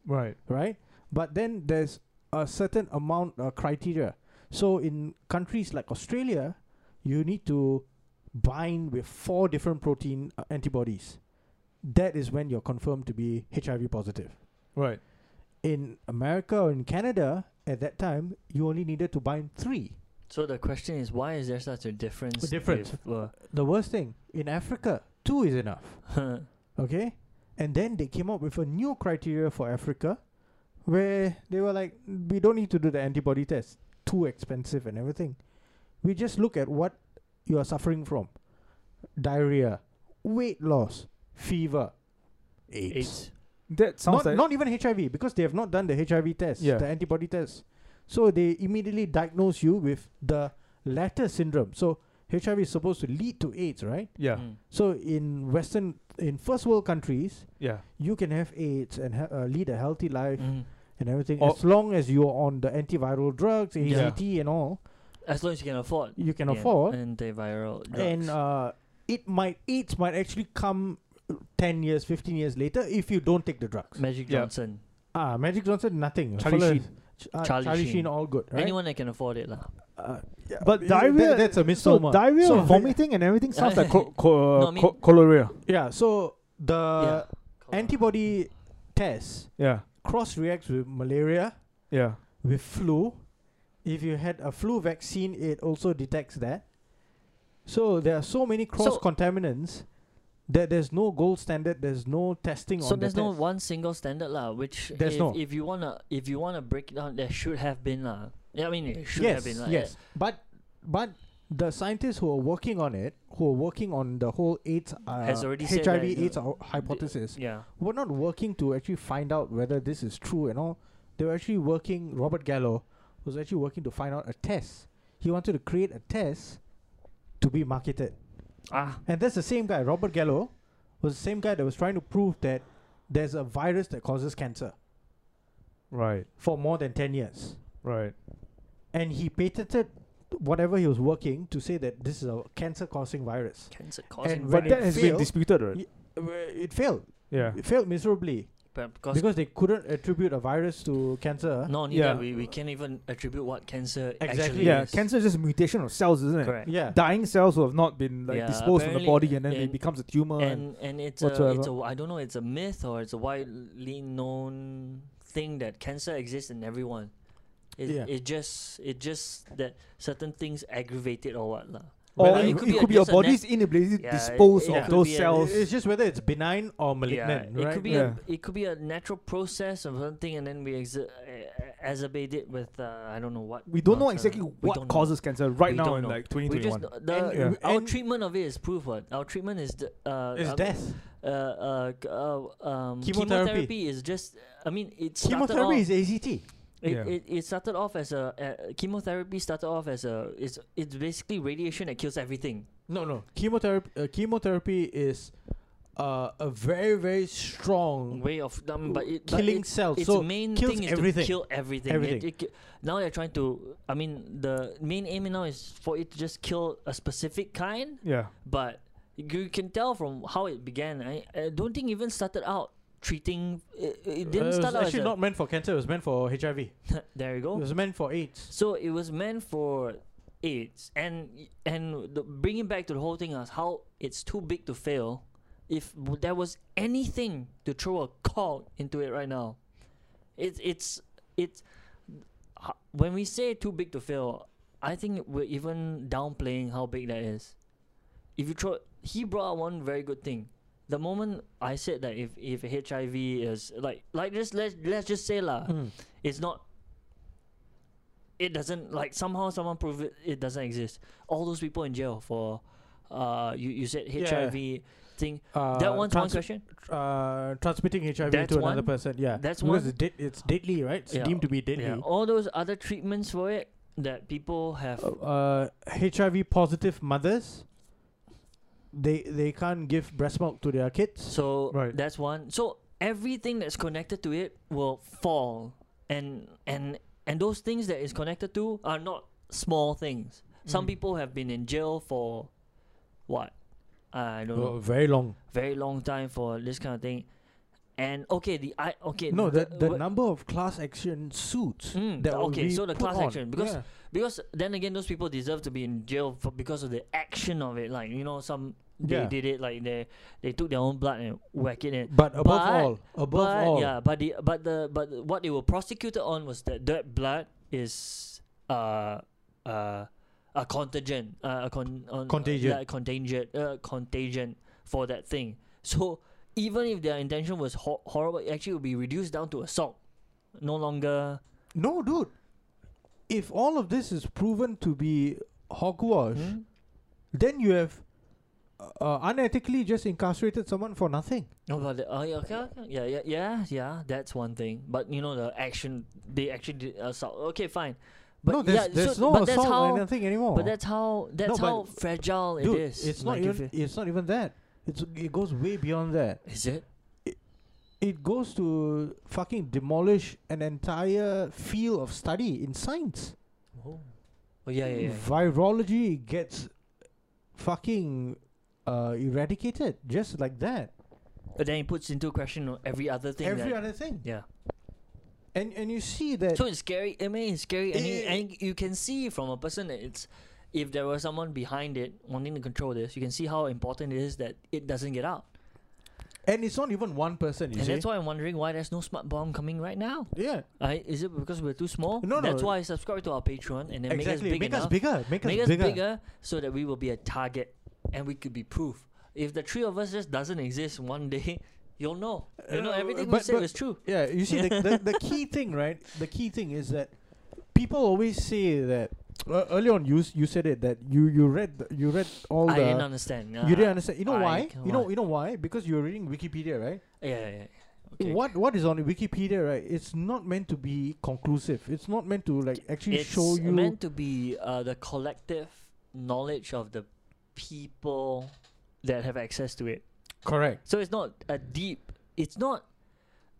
Right. right? But then there's a certain amount uh, criteria. So in countries like Australia, you need to bind with four different protein uh, antibodies. That is when you're confirmed to be HIV positive. Right. In America or in Canada, at that time, you only needed to bind three. So the question is, why is there such a difference? A difference. if, uh, The worst thing, in Africa, two is enough. [laughs] huh, Okay? And then they came up with a new criteria for Africa where they were like, we don't need to do the antibody test. Too expensive and everything. We just look at what you are suffering from diarrhea, weight loss, fever, AIDS. eight. That sounds Not, like not even HIV because they have not done the HIV test, Yeah. the antibody test. So they immediately diagnose you with the latter syndrome. So HIV is supposed to lead to AIDS, right? yeah. Mm. So in Western, in first world countries, [laughs] Yeah. you can have AIDS and ha- uh, lead a healthy life Mm. and everything Or- as long as you're on the antiviral drugs, Yeah. AZT and all As long as you can afford. you can yeah, afford. antiviral drugs. And uh, it might AIDS might actually come ten years, fifteen years later if you don't take the drugs. Magic yeah. Johnson. Ah, Magic Johnson, nothing. Charlie Fella- Sheen. Ch- ah, Charlie Charlie, Sheen. Sheen. all good, right? Anyone that can afford it, lah. Uh, yeah, But i- diarrhea- that- that's a So misnomer. diarrhea, So- vomiting, and everything sounds like co- co- uh, No, I mean- co- cholera. [laughs] yeah. So the Yeah. antibody test Yeah. cross reacts with malaria. Yeah. with flu. If you had a flu vaccine, it also detects that. So there are so many cross contaminants that there's no gold standard. There's no testing So on the there's no test. one single standard lah. Which There's if, no. if you wanna if you wanna break it down, there should have been lah. Yeah, I mean it should yes, have been lah. yes. But but the scientists who are working on it, who are working on the whole AIDS, uh, Has already HIV said that, uh, you know, AIDS hy- hypothesis, Yeah. were not working to actually find out whether this is true and all. They were actually working. Robert Gallo was actually working to find out a test. He wanted to create a test to be marketed. Ah. And that's the same guy, Robert Gallo, was the same guy that was trying to prove that there's a virus that causes cancer Right. for more than 10 years. Right. And he patented whatever he was working to say that this is a cancer causing virus. Cancer causing And But when that it has been failed- disputed, right? Ye- Uh, It failed. Yeah. It failed miserably but because, because they couldn't attribute a virus to cancer. not only Yeah. that, we, we can't even attribute what cancer Exactly. actually Yeah. is. Cancer is just a mutation of cells, isn't it? Correct. Yeah. Dying cells who have not been like Yeah, disposed from the apparently- body, and then and- it becomes a tumor. And, and and it's a it's whatsoever. a I don't know it's a myth or it's a widely known thing that cancer exists in everyone. It, Yeah. it just it just that certain things aggravate it or what lah. or Whether it, could be, your just a nat- body's inability to Yeah, it- dispose it of could be those a- cells. It's just whether it's benign or Yeah, malignant, it right? could be Yeah. a it could be a natural process of something, and then we exi- uh, exacerbate it with uh, I don't know what. we don't know nonsense. exactly We don't what know. causes cancer right We now don't in know. like We 2021. just know- the, And- our and- treatment of it is proof what our treatment is the uh, it's uh, death. uh, uh, g- uh, um, Chemotherapy. chemotherapy is just I mean it started Chemotherapy is off, AZT. it, Yeah. it, it started off as a uh, chemotherapy started off as a it's it's basically radiation that kills everything No, no. Chemotherapy. Uh, chemotherapy is uh, a very, very strong way of um, but it but killing it- cells. Its So main kills thing is everything. to kill everything. It- Everything. it ki- now they're trying to. I mean, the main aim now is for it to just kill a specific kind. Yeah. But you can tell from how it began. I, I don't think even started out treating. It, it Uh, didn't was start out as actually a- not meant for cancer. It was meant for HIV. It [laughs] there you go. was meant for AIDS. So it was meant for AIDS, and y- and the, bringing back to the whole thing is how it's too big to fail. If w- there was anything to throw a call into it right now, it's it's it's h- when we say too big to fail, I think we're even downplaying how big that is. If you throw, he brought out one very good thing. The moment I said that if if HIV is like like just let let's just say Uh, lah, it's not it doesn't like somehow someone prove it, it doesn't exist all those people in jail for uh you, you said Yeah. hiv thing Uh, that one's one trans- question Uh, transmitting HIV That's to another one. person. Yeah. That's because one. It's, dead it's deadly, right? It's Yeah. deemed to be deadly. yeah all those other treatments for it that people have Uh, HIV positive mothers. They they can't give breast milk to their kids. so Right. that's one so everything that's connected to it will fall and and and those things that is connected Mm. to are not small things some people have been in jail for what I don't know. Oh, very long. Very long time for this kind of thing. And okay, the I okay No, the, the wh- number of class action suits. Mm, that will okay, be so the put class on. action, because Yeah. because then again those people deserve to be in jail for because of the action of it. Like, you know, some they Yeah. did it like they they took their own blood and whack it in. but above but- all, above but all, yeah, but the but the but what they were prosecuted on was that that blood is uh uh a contagion uh a con on, Contagion. uh, yeah, contagion uh, contagion for that thing. So even if their intention was hor- horrible, it actually would be reduced down to assault, no longer. no, dude. If all of this is proven to be hogwash, Hmm? then you have uh, uh, unethically just incarcerated someone for nothing. No, but the, oh, yeah, okay, okay, yeah, yeah, yeah, yeah. That's one thing. But you know the action they actually did assault. Okay, fine. But no, there's, yeah, there's so, no but that's assault how, or anything anymore. But that's how that's Oh. No, but- how fragile Dude, it is. it's not like, if even. it- It's not even that. It's it goes way beyond that. Is it? It goes to fucking demolish an entire field of study in science. Oh, yeah, yeah, yeah. Virology gets fucking uh, eradicated just like that. But then it puts into question on every other thing. Every that- other thing, yeah. and and you see that. So it's scary. I mean, it's scary, and, it- Eh. and you can see from a person that it's. If there was someone behind it wanting to control this, you can see how important it is that it doesn't get out. and it's not even one person. You and see? that's why I'm wondering why there's no smart bomb coming right now. yeah, I, is it because we're too small? No, That's no. why I subscribe to our Patreon and then exactly. make us big enough. bigger. Make, make us us bigger. bigger so that we will be a target and we could be proof. If the three of us just doesn't exist one day, [laughs] you'll know. You know Uh, everything we but- said but- was true. Yeah, you see, the, the, the [laughs] key thing, right? The key thing is that people always say that. Uh, earlier on, you s- you said it that you you read the, you read all I the didn't understand. you didn't Uh, understand. You know I why? can- You know why? you know why? Because you're reading Wikipedia, right? Yeah, yeah, yeah. Okay. What what is on Wikipedia, right? It's not meant to be conclusive. It's not meant to like actually It's show you. meant to be uh, the collective knowledge of the people that have access to it. correct. So it's not a deep. It's not.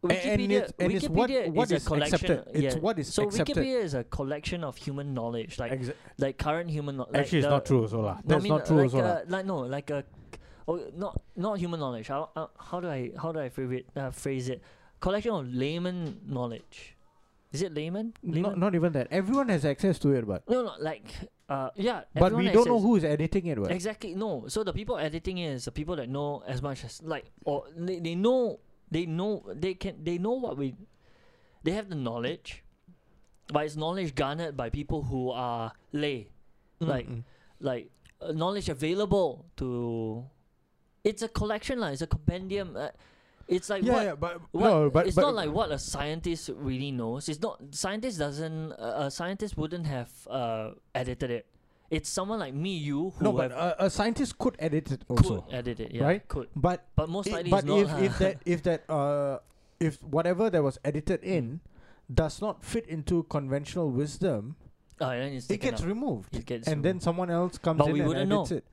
A- and Wikipedia, it's- and it's what- Wikipedia what is is a collection. accepted. It's yeah. what is so accepted. Wikipedia is a collection of human knowledge, like Exa- like current human. kno- like actually, it's the- not true, also lah. No, I That's mean, not uh, true, like also lah. a, like no, like a, oh, not not human knowledge. How uh, how do I how do I phrase it? Uh, phrase it? Collection of layman knowledge. Is it layman? Not layman? not even that. Everyone has access to it, but no, no, like uh, yeah. but we everyone don't know access- who is editing it, but Exactly no. So the people editing it is the people that know as much as like or they, they know they know they can they know what we, they have the knowledge, but it's knowledge garnered by people who are lay, Mm. like like uh, knowledge available to it's a collection like it's a compendium uh, it's like yeah, what, yeah, but what no, but it's but not like what a scientist really knows it's not scientist doesn't uh, a scientist wouldn't have uh, edited it it's someone like me you who no, have but uh, a, a scientist could edit it could also, edit it yeah right? could but but most i- likely but it's not if lah. if [laughs] that if that uh if whatever that was edited in Mm. does not fit into conventional wisdom, Ah, then it's it taken gets out. removed, It gets and then someone else comes But in we and wouldn't edits know. it.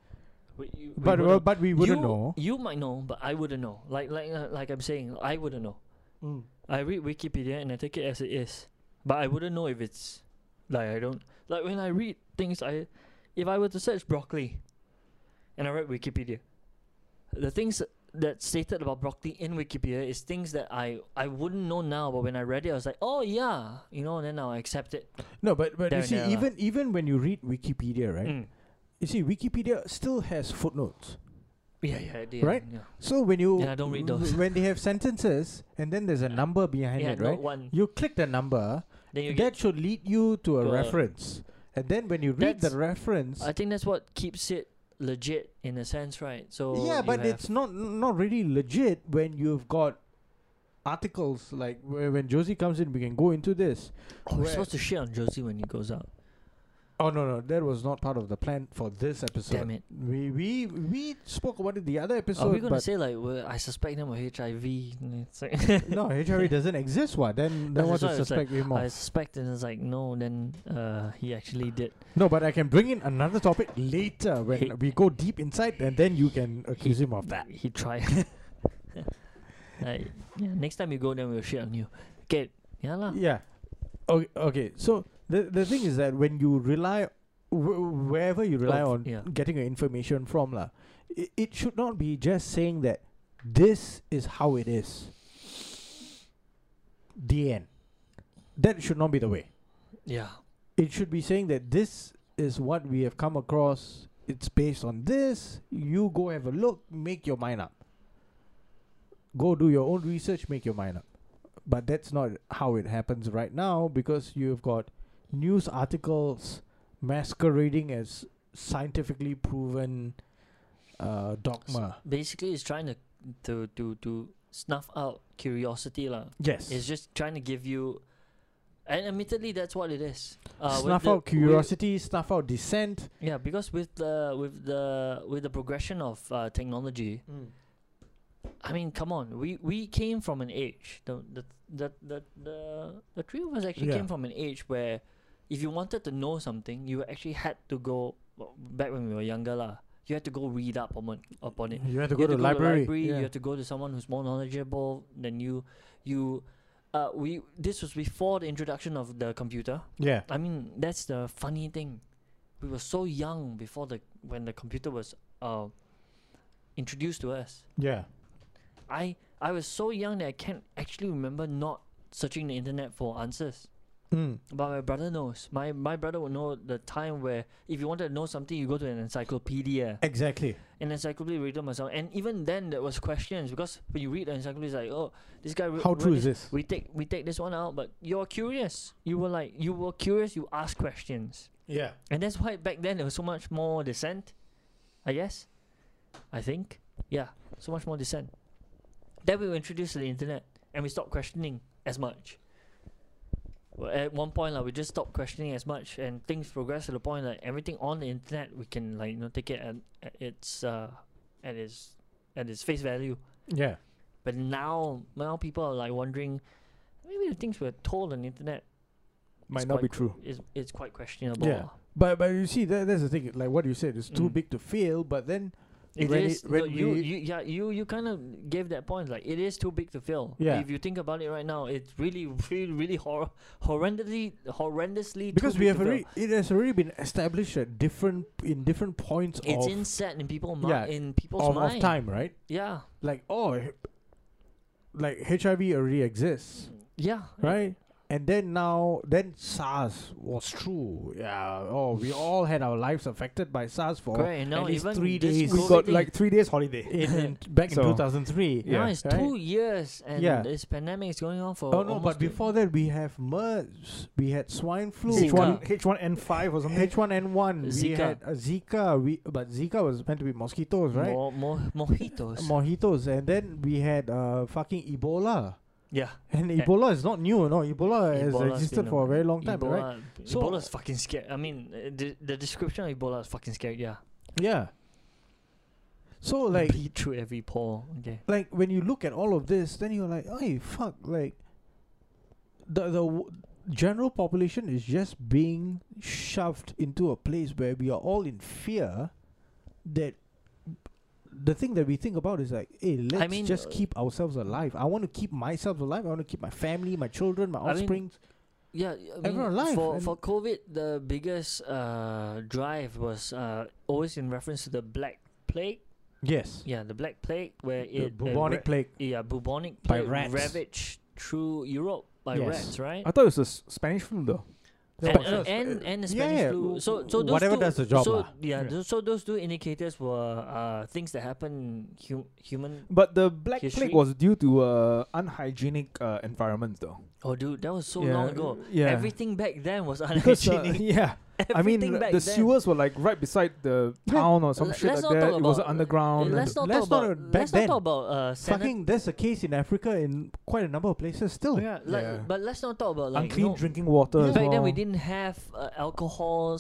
We- you- we But wouldn't- but we wouldn't you, know. you might know but i wouldn't know like like uh, like i'm saying i wouldn't know I read Wikipedia and I take it as it is, but I wouldn't know if it's like I don't like when I read things. I if I were to search broccoli, and I read Wikipedia, the things that's stated about broccoli in Wikipedia is things that I I wouldn't know now, but when I read it, I was like, oh yeah, you know, and then I'll accept it. No, but but you Down see, there lah. even even when you read Wikipedia, right? Mm. You see, Wikipedia still has footnotes. Yeah, yeah, I did. Right? Yeah, So when you Yeah, I don't read those. when they have sentences and then there's a number behind yeah it, not right? one. You click the number, Then you that get. should lead you to a to a- reference. And then when you read the That's- reference, I think that's what keeps it legit in a sense, right? So yeah, you but have- it's not not really legit when you've got articles like where, when Josie comes in, we can go into this. oh, we're where- supposed to shit on Josie when he goes out. Oh no, no, that was not part of the plan for this episode. Damn it. We we we spoke about it the other episode. Are we gonna but say like well, I suspect them of HIV? And It's [laughs] like no, [laughs] HIV doesn't exist. What then? Then That's what why to I was suspect him I of? suspect, and it's like no. Then uh, he actually did. No, but I can bring in another topic later when He- we go deep inside, and then you can accuse him of that. He tried. [laughs] like, yeah, next time you go, then we'll shit on you. Okay, yeah lah. Yeah. Okay. Okay. So the the thing is that when you rely, wh- wherever you rely Of- on yeah. getting your information from, lah, it, it should not be just saying that this is how it is. The end. That should not be the way. Yeah. It should be saying that this is what we have come across. It's based on this. You go have a look, make your mind up. Go do your own research, make your mind up. But that's not how it happens right now because you've got news articles masquerading as scientifically proven uh, dogma. Basically, it's trying to to to to snuff out curiosity, lah. Yes. It's just trying to give you, and admittedly, that's what it is. Uh, with snuff the- out with- curiosity, snuff out dissent. Yeah, because with the with the with the progression of uh, technology, I mean, come on, we we came from an age. The the the the the, the three of us actually Yeah. came from an age where, if you wanted to know something, you actually had to go well, back when we were younger, lah. You had to go read up upon upon it. You have to go you to have the library. You Yeah. have to go to someone who's more knowledgeable than you. You, uh, we. This was before the introduction of the computer. yeah. I mean, that's the funny thing. We were so young before the when the computer was uh, introduced to us. Yeah. I I was so young that I can't actually remember not searching the internet for answers. Mm. But my brother knows. My my brother would know the time where if you wanted to know something, you go to an encyclopedia. Exactly. An encyclopedia read on myself, and even then there was questions because when you read the encyclopedia, it's like, oh, this guy. wrote- How wrote true is this, this? we take we take this one out, but you're curious. You were like you were curious. You asked questions, Yeah. and that's why back then there was so much more dissent. I guess, I think, yeah, so much more dissent. Then we were introduced to the internet, and we stopped questioning as much. Well, At one point, like we just stopped questioning as much, and things progressed to the point that everything on the internet we can like you know take it at, at its uh at its at its face value. Yeah. But now, now people are like wondering, maybe the things we're told on the internet Might It's not be quite true. is it's quite questionable. Yeah. But but you see that that's the thing. Like what you said, it's too Mm. big to fail. But then It When is- it- when no, you, we- you yeah you you kind of gave that point like it is too big to fail. Yeah. If you think about it right now, it's really really really hor- horrendously horrendously too because we big have to fail. already, it has already been established at different in different points it's of, inset in people mi- Yeah, in people's of, mind. of time, right? Yeah. Like oh, h- like HIV already exists. Yeah. right? And then now, then SARS was true. Yeah. Oh, [laughs] we all had our lives affected by SARS for Correct. And now at least even three this days. We COVID got thing- like three days [laughs] holiday. in, in back So- in 2003. now it's right? two years and Yeah. this pandemic is going on for Oh no! almost But two- before that, we have MERS. We had swine flu. Zika. H1 H1N5 or something. H1N1. We Zika. had uh, Zika. We but Zika was meant to be mosquitoes, right? Mo- mo- mojitos. Mojitos. And then we had uh, fucking Ebola. yeah. And Eh. Ebola is not new, no. Ebola uh, has Ebola's existed been for a very long time, right? Ebola, So- Ebola is fucking scary. I mean, uh, the, the description of Ebola is fucking scary. Yeah, Yeah. So You like breathe through every pore. Okay. like when you look at all of this, then you're like, hey, fuck, like the the w- general population is just being shoved into a place where we are all in fear that the thing that we think about is like, hey, let's mean, just uh, keep ourselves alive. I want to keep myself alive. I want to keep my family, my children, my I mean, offspring. Yeah, I mean, Everyone alive for and- for COVID, the biggest uh, drive was uh, always in reference to the Black Plague. yes. Yeah, the Black Plague, where The it uh, bubonic ra- plague. yeah, bubonic By plague rats. ravaged through Europe by Yes. rats, right? I thought it was a s- Spanish flu though. And, But- uh, and and the yeah, Spanish yeah, flu. w- So so those whatever two, does the job ah. So lah. yeah, Yeah. tho- so those two indicators were uh, things that happen in hum- human. But the Black History? Plague was due to uh, unhygienic uh, environments though. Oh, dude, that was so long ago. Yeah. Everything back then was because, uh, unhygienic. [laughs] yeah, I mean Everything the back the then. sewers were like right beside the town or some Let- shit let's like not that. It talk was about- uh, underground. and- Let's not let's talk not about. even back Let's not then. talk about uh, sanit- Fucking, that's the case in Africa in quite a number of places still. yeah, like, yeah. But let's not talk about like unclean no, drinking water. as Back then we well. didn't have uh, alcohol,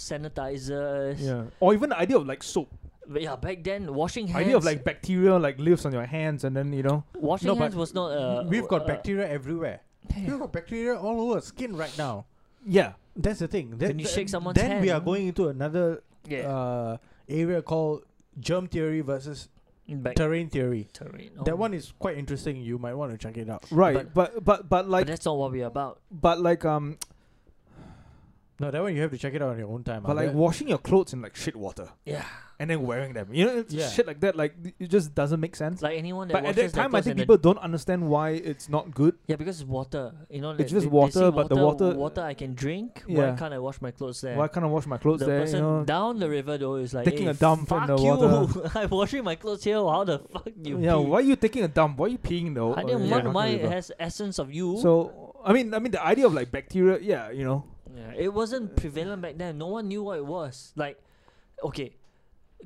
sanitizers. Yeah, or even the idea of like soap. But yeah, back then washing hands. Idea of like bacteria like lives on your hands and then you know. washing No, but hands was not. Uh, We've got uh, bacteria everywhere. We've got bacteria all over skin right now. Yeah, That's the thing. That, When you that- shake someone's then we are hand- going into another [laughs] Yeah, uh, area called germ theory versus uh, terrain theory. bacteria. That one is quite interesting. You might want to check it out. right. But but but, But like that's not what we're about. but like um No, that one you have to check it out on your own time. But ah. like That- washing your clothes in like shit water Yeah. and then wearing them, you know, it's Yeah. shit like that. Like it just doesn't make sense. Like anyone that but at washes that their time, I clothes think in a- people don't understand why it's not good. Yeah, because it's water. You know, It's they- just they- they water, see but the water- water I can drink. Why Yeah. can't I wash my clothes there? Why can't I wash my clothes the there? You person know, down the river though is like Taking "Hey, a dump in fuck the you. water." [laughs] I'm washing my clothes here. How the fuck you? yeah, pee? why are you taking a dump? Why are you peeing though? Oh, I didn't yeah. want mine has essence of you. So I mean, I mean, the idea of like bacteria, yeah, you know, Yeah, it wasn't prevalent back then. No one knew what it was. Like, okay,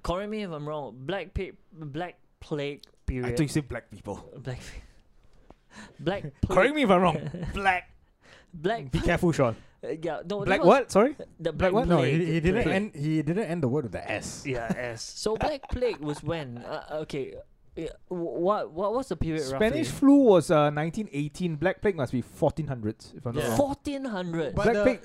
correct me if I'm wrong. Black pig, black plague I period. thought you said black people. black, [laughs] [laughs] black Correct plague. me if I'm [laughs] wrong. black. Black. Be careful, Sean. uh, yeah, no. that black was what? Sorry. The black, what? no, plague. he, he didn't Plague. end. He didn't end the word with the S. Yeah, S. So black plague was when? Uh, okay, uh, wh- what what was the period? Spanish flu was uh, 1918. Black plague must be 1400s, if I'm not Yeah. wrong. Fourteen hundred. But Black the- plague.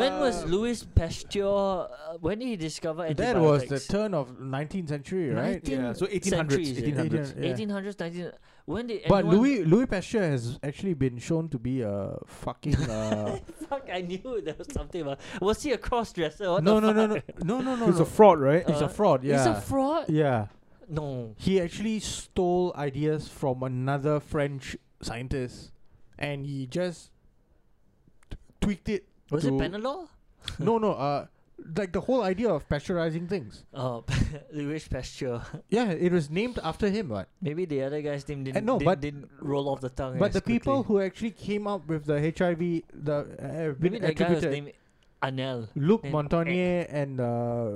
When was Louis Pasteur? Uh, when did he discover Uh, That was antibiotics? the turn of 19th century, right? Yeah, so 1800s. centuries, yeah. 1800s. Yeah. Eighteen hundreds, nineteen. When did But anyone- Louis Louis Pasteur has actually been shown to be a fucking [laughs] uh, [laughs] Fuck, I knew there was something about. Was he a cross dresser? What no, the no, fuck? no no no no no It's a no. fraud, right? He's Uh, a fraud. Yeah, He's a fraud. yeah. No. He actually stole ideas from another French scientist, and he just t- tweaked it. Was it to- Panadol? No, no. Uh, like the whole idea of pasteurizing things. Oh, [laughs] Louis Pasteur. Yeah, it was named after him, right? Maybe the other guy's name didn't. Eh, no, did, but- didn't roll off the tongue. But as the people quickly. who actually came up with the HIV, the uh, have been maybe that guy was attributed. named Anel. Luke named Montagnier and uh,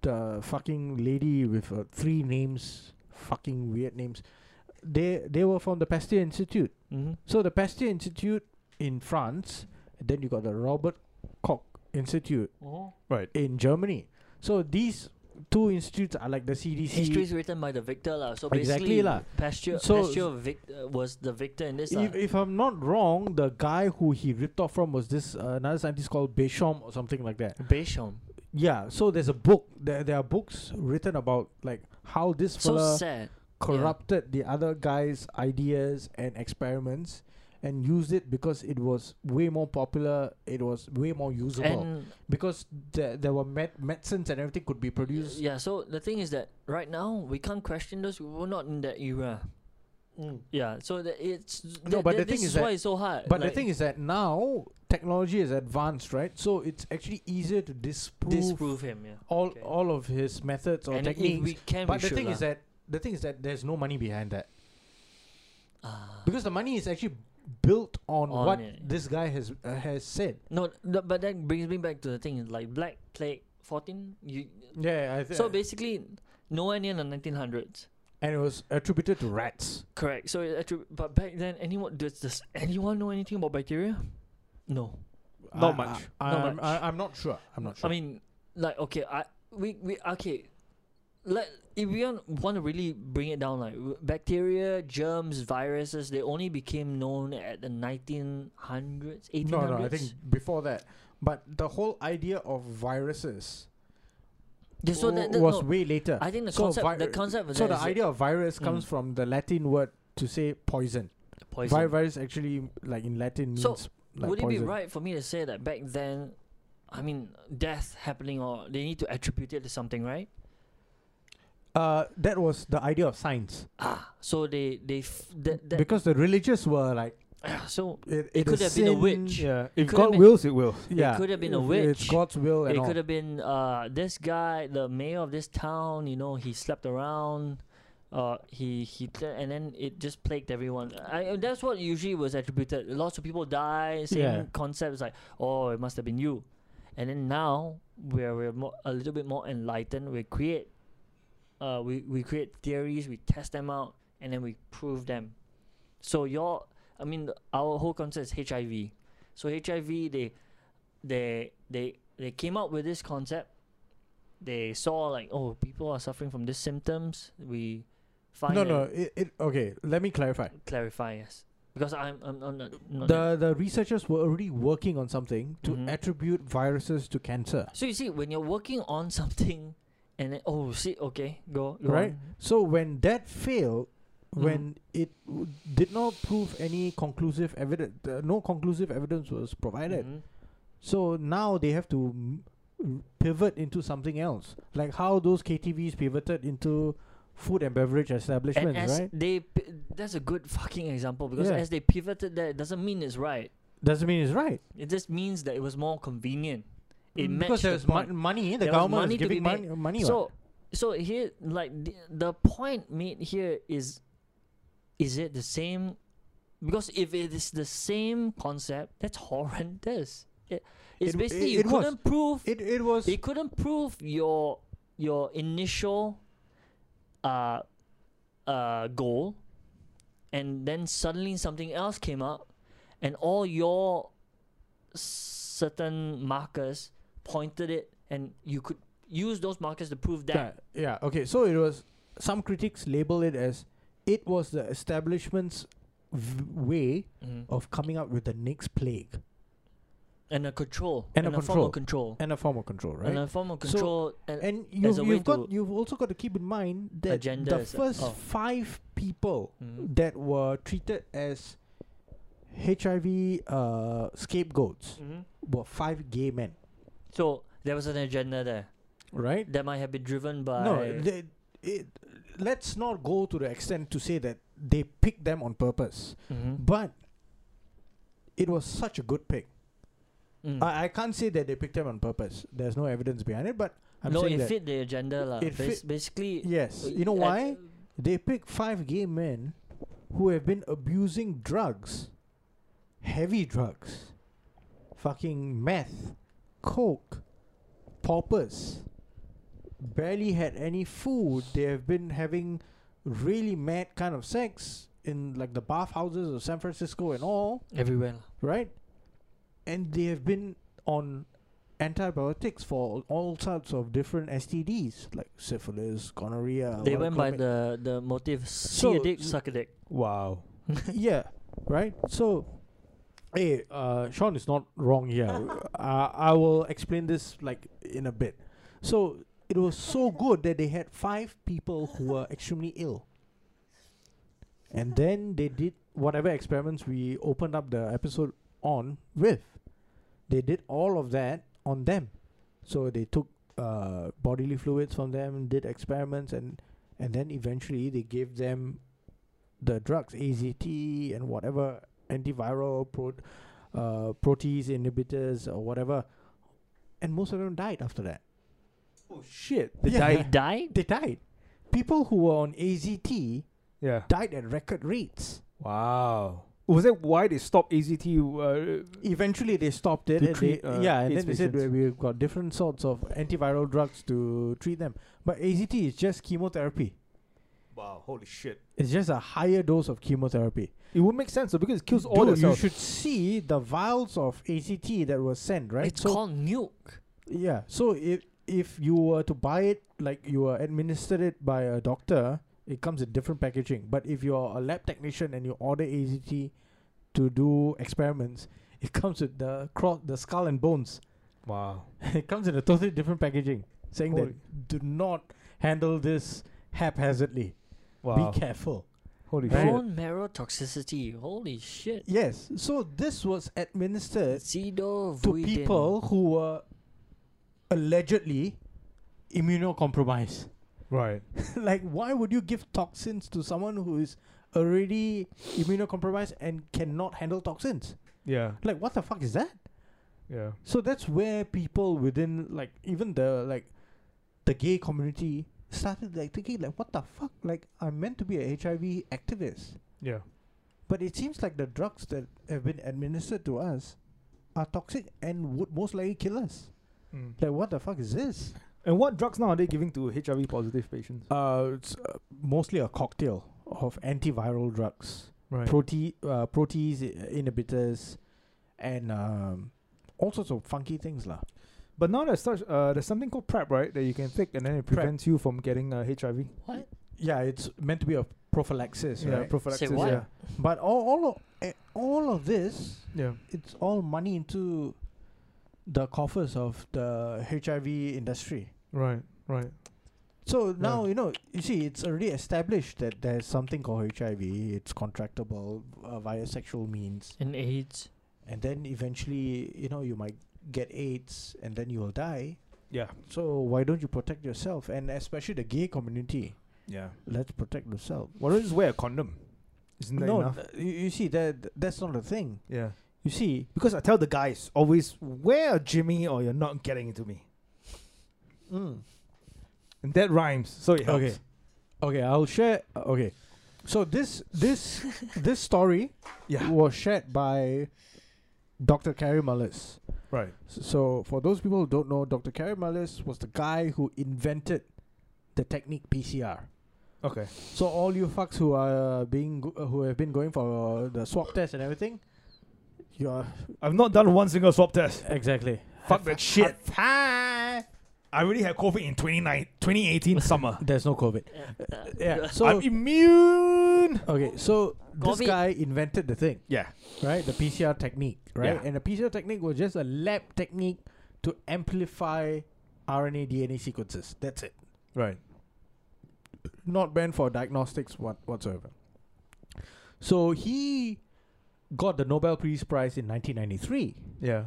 the fucking lady with uh, three names, fucking weird names. They they were from the Pasteur Institute. Mm-hmm. So the Pasteur Institute in France, and then you got the Robert Koch Institute Oh. in Germany. So these two institutes are like the CDC. History is written by the victor, lah. So Exactly basically, lah. Pasteur, So- Pasteur vic- uh, was the victor in this. lah. If, if I'm not wrong, the guy who he ripped off from was this uh, another scientist called Bechom or something like that. Besham. Yeah, so there's a book. There, there are books written about like how this So fella sad. corrupted the other guy's ideas and experiments and used it because it was way more popular. It was way more usable And because there, there were med- medicines and everything could be produced. yeah, so the thing is that right now we can't question those. We're not in that era. Yeah, so that it's No, but the this thing is why that- it's so hard. But the thing is that now technology is advanced, right? So it's actually easier to disprove, disprove him. Yeah, all okay. all of his methods or and if techniques. we can. but we the thing is that that the thing is that there's no money behind that. Ah. because the money is actually built on, On what it. this guy has uh, has said. no, th- but that brings me back to the thing like Black Plague fourteen. You Yeah, I think. so basically nowhere near the nineteen hundreds. and it was attributed to rats. Correct. So it actually, but back then, anyone does, does anyone know anything about bacteria? No. Not much. I, Not I'm, much. I, am not sure. I'm not sure. I mean, like okay, I we we okay. Let if we want, want to really bring it down, like w- bacteria, germs, viruses, they only became known at the nineteen hundreds, eighteen no, hundreds. no. I think before that, but the whole idea of viruses so that, that- was no, way later. I think the so concept, vi- the concept of so that the is idea of virus comes Mm. from the Latin word to say poison. Vi- poison. virus actually, like in Latin, So, means like Would it be poison. right for me to say that back then, I mean, death happening or they need to attribute it to something, right? Uh, that was the idea of science Ah, so they they f- that, that because the religious were like. so It, it could is have been a sin. witch. Yeah, if Could've God been- wills, it will. Yeah, could have been a if It's witch. God's will and It all. could have been uh, this guy, the mayor of this town. You know, he slept around. Uh, he he, th- and then it just plagued everyone. I, uh, that's what usually was attributed. Lots of people die. Same Yeah. concepts like, oh, it must have been you. And then now we're we're more, a little bit more enlightened. We create, uh, we we create theories. We test them out, and then we prove them. So your, I mean, the- our whole concept is HIV. So HIV, they they they they came up with this concept. They saw like, oh, people are suffering from these symptoms. We find no, a- no. It, it okay. Let me clarify. clarify yes, because I'm I'm, I'm not, not The the researchers were already working on something to Mhm. attribute viruses to cancer. So you see, when you're working on [laughs] something, and then oh, see, okay, go, go Right. on. So when that failed, Mm-hmm. when it w- did not prove any conclusive evidence, uh, no conclusive evidence was provided. Mhm. So now they have to m- r- pivot into something else, like how those KTVs pivoted into food and beverage And establishments, as right? they, pi- that's a good fucking example because Yeah. as they pivoted that, it doesn't mean it's right. Doesn't mean it's right. It just means that it was more convenient. It Mm, matched because the there's point. mon- money. The There was government money is to giving be money. made. money what? so, so here, like the, the point made here is, is it the same? Because if it is the same concept, that's horrendous. It, it's It w- it- basically you it was. couldn't prove it it was you couldn't prove your your initial uh uh goal and then suddenly something else came up and all your certain markers pointed it and you could use those markers to prove that Yeah, yeah. Okay. So it was. Some critics label it as it was the establishment's v- way Mhm. of coming up with the next plague and a control And a form of control and a form of control, right? and a form of So- eh. control and, and as you've, a way you've got to- you've also got to keep in mind that Agenda the is a- first oh. five people Mhm. that were treated as HIV uh, scapegoats Mhm. were five gay men, so there was an agenda there right? that might have been driven by No, they, it, let's not go to the extent to say that they picked them on purpose, Mhm. but it was such a good pick. Mm. I, I can't say that they picked them on purpose. There's no evidence behind it, but I'm no, saying it that fit the agenda, lah. it Bas- fit- basically, yes, you know at- why? They pick five gay men who have been abusing drugs, heavy drugs, fucking meth, coke, paupers, barely had any food. They have been having really mad kind of sex in like the bathhouses of San Francisco and all, everywhere. lah. right? And they have been on antibiotics for all sorts of different STDs like syphilis, gonorrhea. they Uh, what- went by gonorrhea- the the motive: see a So- dick, suck a dick. Wow. yeah. Right. So, hey, uh, Sean is not wrong here. uh, I will explain this like in a bit. So it was so good that they had five people who were extremely ill, and then they did whatever experiments we opened up the episode on with. They did all of that on them. So they took uh, bodily fluids from them, did experiments, and and then eventually they gave them the drugs AZT and whatever antiviral pro, uh, protease inhibitors or whatever, and most of them died after that. Oh shit! They They died. died. They died. People who were on AZT Yeah. died at record rates. Wow. Was that why they stopped AZT? Uh, Eventually, they stopped it. To and treat, they, uh, yeah, and AIDS then they said patients. "Well, we've got different sorts of antiviral drugs to treat them. But AZT is just chemotherapy. Wow, holy shit. It's just a higher dose of chemotherapy. it would make sense though, because it kills all the Dude, you cells. should see the vials of ACT that were sent, right? It's so called nuke. yeah, so if if you were to buy it like you were administered it by a doctor, it comes in different packaging. But if you're a lab technician and you order ACT to do experiments, [laughs] it comes with the cro- the skull and bones. [laughs] Wow. it comes in a totally different packaging, saying Holy- that do not handle this haphazardly. Wow. Be careful. Holy Right. shit. Bone marrow toxicity. Holy shit. Yes. So this was administered Zido to Vuidin. people who were allegedly immunocompromised. [laughs] Right. like, why would you give toxins to someone who is already immunocompromised and cannot handle toxins? Yeah. Like, what the fuck is that? Yeah. So that's where people within, like, even the like, the gay community started like thinking, like, what the fuck? Like, I'm meant to be a HIV activist, Yeah. but it seems like the drugs that have been administered to us are toxic and would most likely kill us. Mm. Like, what the fuck is this? And what drugs now are they giving to HIV positive patients? Uh, it's uh, mostly a cocktail of antiviral drugs, Right. prote- uh, protease i- inhibitors, and um, all sorts of funky things, lah. But now there's such uh, there's something called PrEP, right? That you can take and then it PrEP. prevents you from getting uh, HIV. What? Yeah, it's meant to be a prophylaxis, Yeah, right? prophylaxis. what? Yeah. but all all of, eh, all of this, Yeah. it's all money into the coffers of the HIV industry. Right. Right. So now you know. You see, it's already established that there's something called HIV. It's contractable uh, via sexual means. And AIDS. and then eventually you know you might get AIDS and then you will die. Yeah. So why don't you protect yourself and especially the gay community? Yeah. Let's protect yourself. Why don't you just wear a condom? Isn't that no, enough? th- you, you see that that's not the thing. Yeah. You see, Because I tell the guys always wear a Jimmy or you're not getting into me, mm, and that rhymes, so it helps. Okay. Okay, I'll share. uh, Okay, so this [laughs] this this story Yeah. was shared by Dr. Carrie Mullis. Right. S- So for those people who don't know, Dr. Carrie Mullis was the guy who invented the technique PCR. Okay. So all you fucks who are being go- uh, who have been going for uh, the swab test and everything, you are I've not done one single swab test. exactly. Fuck that shit. I already had COVID in 29 [laughs] 2018 summer. There's no COVID. Uh, Yeah. So I'm immune. okay, so COVID. this guy invented the thing. Yeah. right? The PCR technique, right? Yeah. And the PCR technique was just a lab technique to amplify RNA DNA sequences. That's it. Right. Not meant for diagnostics what whatsoever. So he got the Nobel Peace Prize in 1993, Yeah.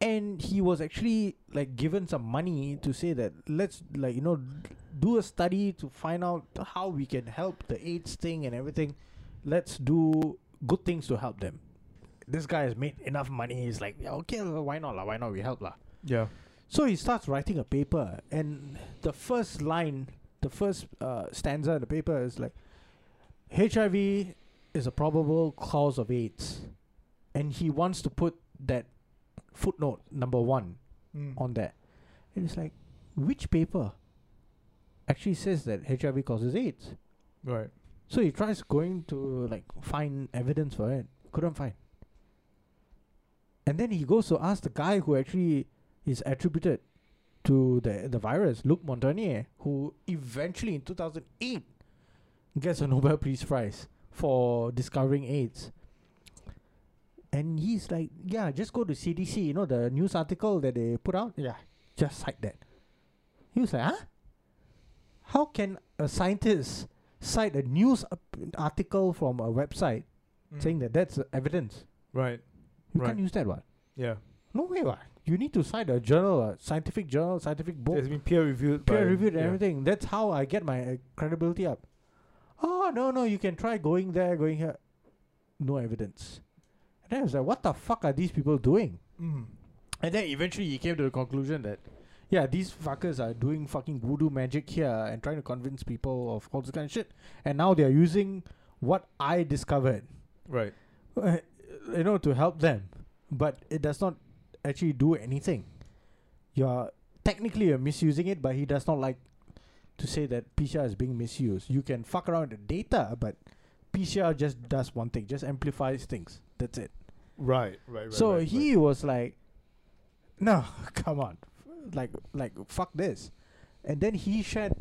and he was actually like given some money to say that let's like you know do a study to find out how we can help the AIDS thing and everything. Let's do good things to help them. This guy has made enough money. He's like, yeah, okay, lah, why not? lah? Why not? We help lah. Yeah. So he starts writing a paper, and the first line, the first uh, stanza in the paper is like, HIV is a probable cause of AIDS. And he wants to put that footnote, number one, Mm. on that. And it's like, which paper actually says that HIV causes AIDS? Right. So he tries going to like find evidence for it. Couldn't find. And then he goes to ask the guy who actually is attributed to the the virus, Luc Montagnier, who eventually in 2008 gets a Nobel Peace Prize for discovering AIDS. And he's like, yeah, just go to CDC, you know, the news article that they put out. Yeah, just cite that. He was like, huh? How can a scientist cite a news ap- article from a website saying that that's uh, evidence. Mm. Right. You Right. can't use that one. Yeah. No way, what? You need to cite a journal, a scientific journal, scientific Oh. book, It's been peer reviewed. peer reviewed, and everything. That's how I get my uh, credibility up. Oh no, no, you can try going there, going here. No evidence. And then I was like, what the fuck are these people doing? Mm. And then eventually he came to the conclusion that, yeah, these fuckers are doing fucking voodoo magic here and trying to convince people of all this kind of shit. And now they are using what I discovered, Right. uh, you know, to help them. But it does not actually do anything. You're technically you're misusing it, but he does not like to say that PCR is being misused. You can fuck around with the data, but PCR just does one thing, just amplifies things. That's it Right. Right. Right. so right, he was like no [laughs] come on like like fuck this and then he shared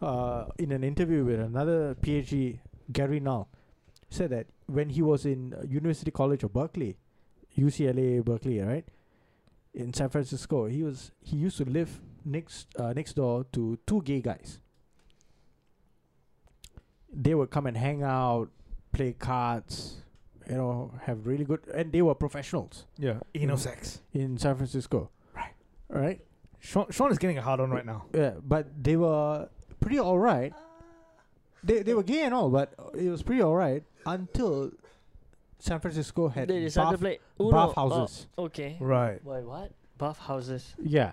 uh, in an interview with another phd gary null said that when he was in uh, university college of berkeley ucla berkeley right in san francisco he was he used to live next uh, next door to two gay guys they would come and hang out play cards you know have really good and they were professionals Yeah. Mm. Enosex. in San Francisco. Right. Right? Sean, Sean is getting a hard on right now. Yeah, but they were pretty all right. Uh, They they were gay and all, but uh, it was pretty all right until San Francisco had [laughs] they decided to bath, play Uno. uh, bath houses. Oh, okay. Right. Wait, what? Buff houses. Yeah,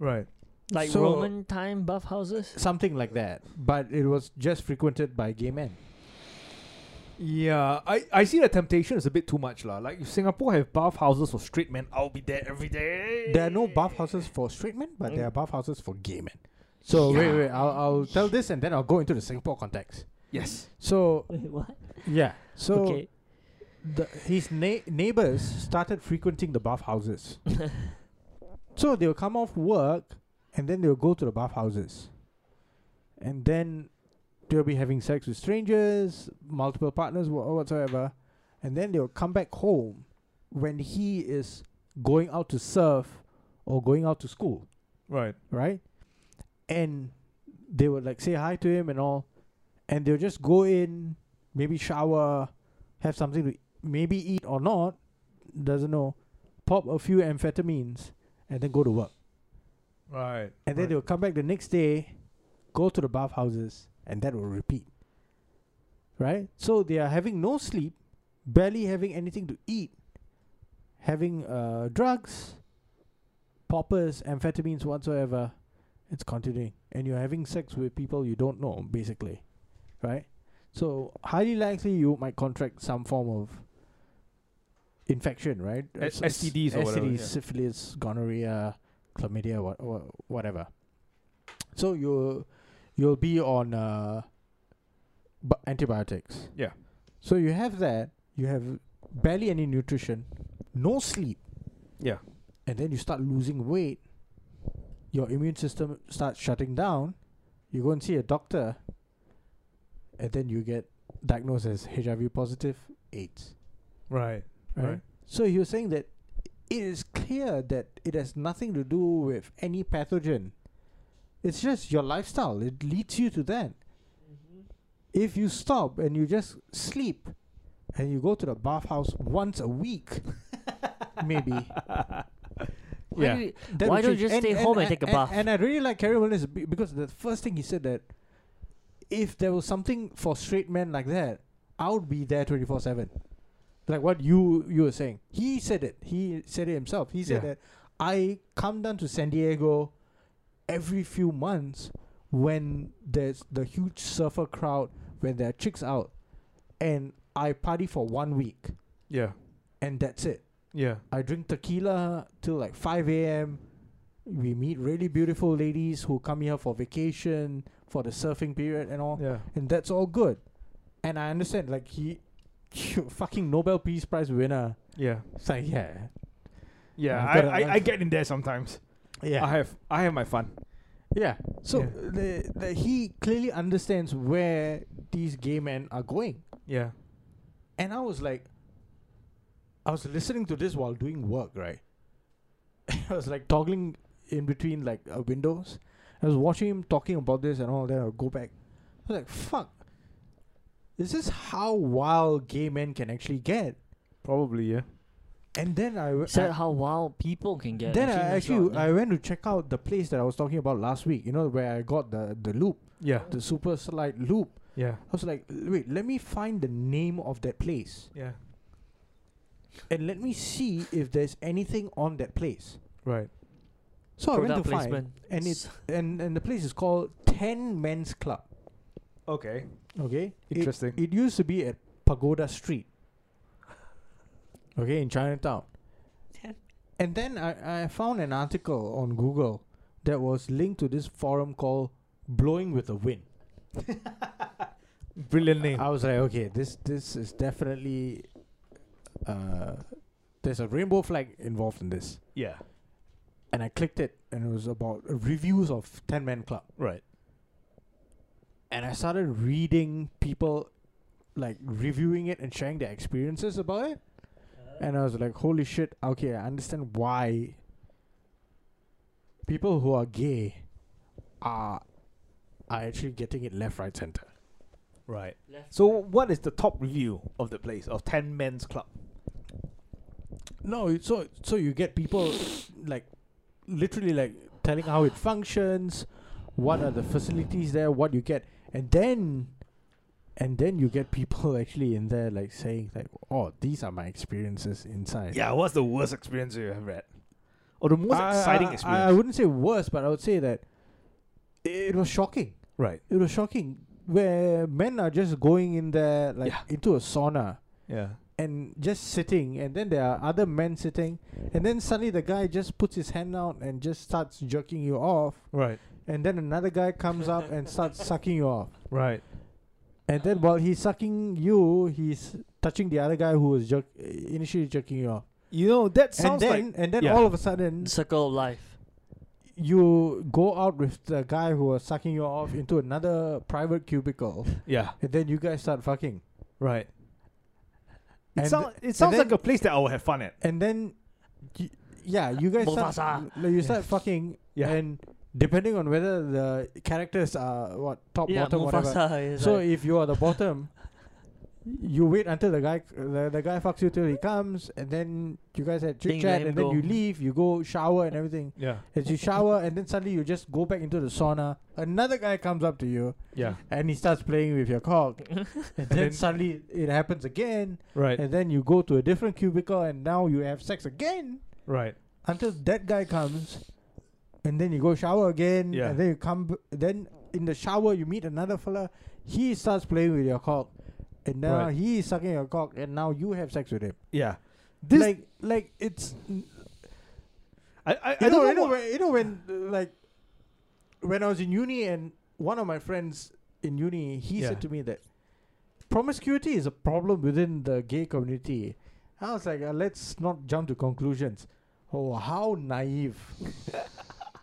Right. Like So- Roman time buff houses? [laughs] something like that. But it was just frequented by gay men. Yeah. I, I see the temptation is a bit too much lah. Like if Singapore have bathhouses for straight men, I'll be there every day. There are no bath houses for straight men, but there Mm. are bath houses for gay men. So wait, wait, I'll, I'll tell this and then I'll go into the Singapore context. Yes. So Wait, what? yeah, so okay. the, his na- neighbors started frequenting the bathhouses. so they will come off work and then they will go to the bathhouses. And then they'll be having sex with strangers, multiple partners, wha- whatsoever. And then they'll come back home when he is going out to surf or going out to school Right. right? And they would like say hi to him and all, and they'll just go in, e-, maybe shower, have something to maybe eat or not, doesn't know, pop a few amphetamines, and then go to work. Right. And then they'll come back the next day, go to the bathhouses, and that will repeat. Right? So they are having no sleep, barely having anything to eat, having uh, drugs, poppers, amphetamines, whatsoever. It's continuing. And you're having sex with people you don't know, basically. Right? So, highly likely you might contract some form of infection, right? A- S- s- STDs or whatever, STDs, yeah. syphilis, gonorrhea, chlamydia, what, wha whatever. So you you'll be on uh, bu- antibiotics. Yeah. So you have that. You have barely any nutrition, no sleep. Yeah. And then you start losing weight. Your immune system starts shutting down. You go and see a doctor. And then you get diagnosed as HIV positive, AIDS. Right. Right. Right. So he was saying that it is clear that it has nothing to do with any pathogen. It's just your lifestyle. It leads you to that. If you stop and you just sleep and you go to the bathhouse once a week, maybe. Why Yeah. do you- that Why would don't you change. just stay home and take a bath? And I really like Carrie Willis be- because the first thing he said that if there was something for straight men like that, I would be there twenty four seven. Like what you you were saying, he said it. He said it himself. He said Yeah. that I come down to San Diego every few months when there's the huge surfer crowd, when there are chicks out, and I party for one week, Yeah. and that's it. Yeah. I drink tequila till like 5 a.m. We meet really beautiful ladies who come here for vacation, for the surfing period and all. Yeah. And that's all good. And I understand, like, he, [laughs] fucking Nobel Peace Prize winner. Yeah. It's like, yeah. Yeah. I've I, got a- I, I get in there sometimes. Yeah. I have I have my fun. yeah. So Yeah. The, the, he clearly understands where these gay men are going. Yeah. And I was like, I was listening to this while doing work, right? [laughs] I was like toggling in between like uh, windows. I was watching him talking about this and all that. I'll go back. I was like, fuck. Is this how wild gay men can actually get? Probably. Yeah. And then I, w- Is that I- how wild people can get? then I that's actually wild, yeah. I went to check out the place that I was talking about last week. You know where I got the the loop, Yeah. the super slide loop. Yeah. I was like, wait, let me find the name of that place. Yeah. and let me see if there's anything on that place. Right. So I went Product to find, placement. and [laughs] it's and and the place is called Ten Men's Club. Okay. Okay, It- Interesting. It, used to be at Pagoda Street. Okay, in Chinatown. Ten. And then I, I found an article on Google that was linked to this forum called "Blowing with the Wind." Brilliant name. I was like, okay, this this is definitely uh, there's a rainbow flag involved in this. yeah. and I clicked it, and it was about uh, reviews of Ten Man Club. Right. And I started reading people like reviewing it and sharing their experiences about it. And I was like, holy shit, okay, I understand why people who are gay are are actually getting it left, right, center. Right. Left So what is the top review of the place of Ten Men's Club? No, it- so so you get people like literally like telling how it functions, what are the facilities there, what you get, and then and then you get people [laughs] actually in there like saying like, oh, these are my experiences inside. Yeah. What's the worst experience you have had? Or the most I- exciting I, experience? I, I wouldn't say worse, but I would say that it was shocking. right. It was shocking where men are just going in there like Yeah. into a sauna. Yeah. and just sitting and then there are other men sitting and then suddenly the guy just puts his hand out and just starts jerking you off Right. and then another guy comes up and [laughs] starts sucking you off Right. and then while he's sucking you he's touching the other guy who was jerk- initially jerking you off You know that and sounds then like and then yeah. all of a sudden circle of life. you go out with the guy who was sucking you off into another private cubicle yeah. and then you guys start fucking Right. It, And sound, it sounds then- like a place that I will have fun at. and then y- yeah you guys start, Mufasa. like, you start fucking Yeah. and depending on whether the characters are what top yeah, bottom whatever Mufasa is so like- if you are the bottom you wait until the guy the, the guy fucks you till he comes, and then you guys had Then chit you let chat, him and then go. you leave. You go shower and everything. Yeah. As you shower, and then suddenly you just go back into the sauna. Another guy comes up to you, Yeah. and he starts playing with your [laughs] cock. and then, then- suddenly it happens again, [laughs] Right. and then you go to a different cubicle, and now you have sex again Right. until that guy comes, and then you go shower again, Yeah. and then you come. B- then in the shower you meet another fella. He starts playing with your cock, and now Right. he is sucking your cock, and now you have sex with him. Yeah. This like, like it's you I I, I know, don't you know, know. when, you know when uh, like when I was in uni, and one of my friends in uni, he Yeah. said to me that promiscuity is a problem within the gay community. I was like, uh, let's not jump to conclusions. Oh, how naive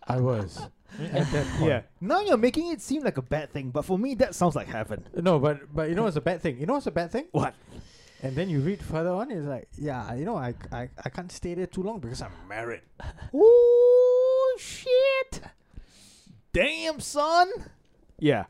I was. [laughs] at that point. Yeah. Now you're making it seem like a bad thing, but for me that sounds like heaven. No, but but you know it's a bad thing. You know it's a bad thing. What? And then you read further on, it's like, yeah, you know, I I, I can't stay there too long because I'm married. Oh shit! Damn son. Yeah.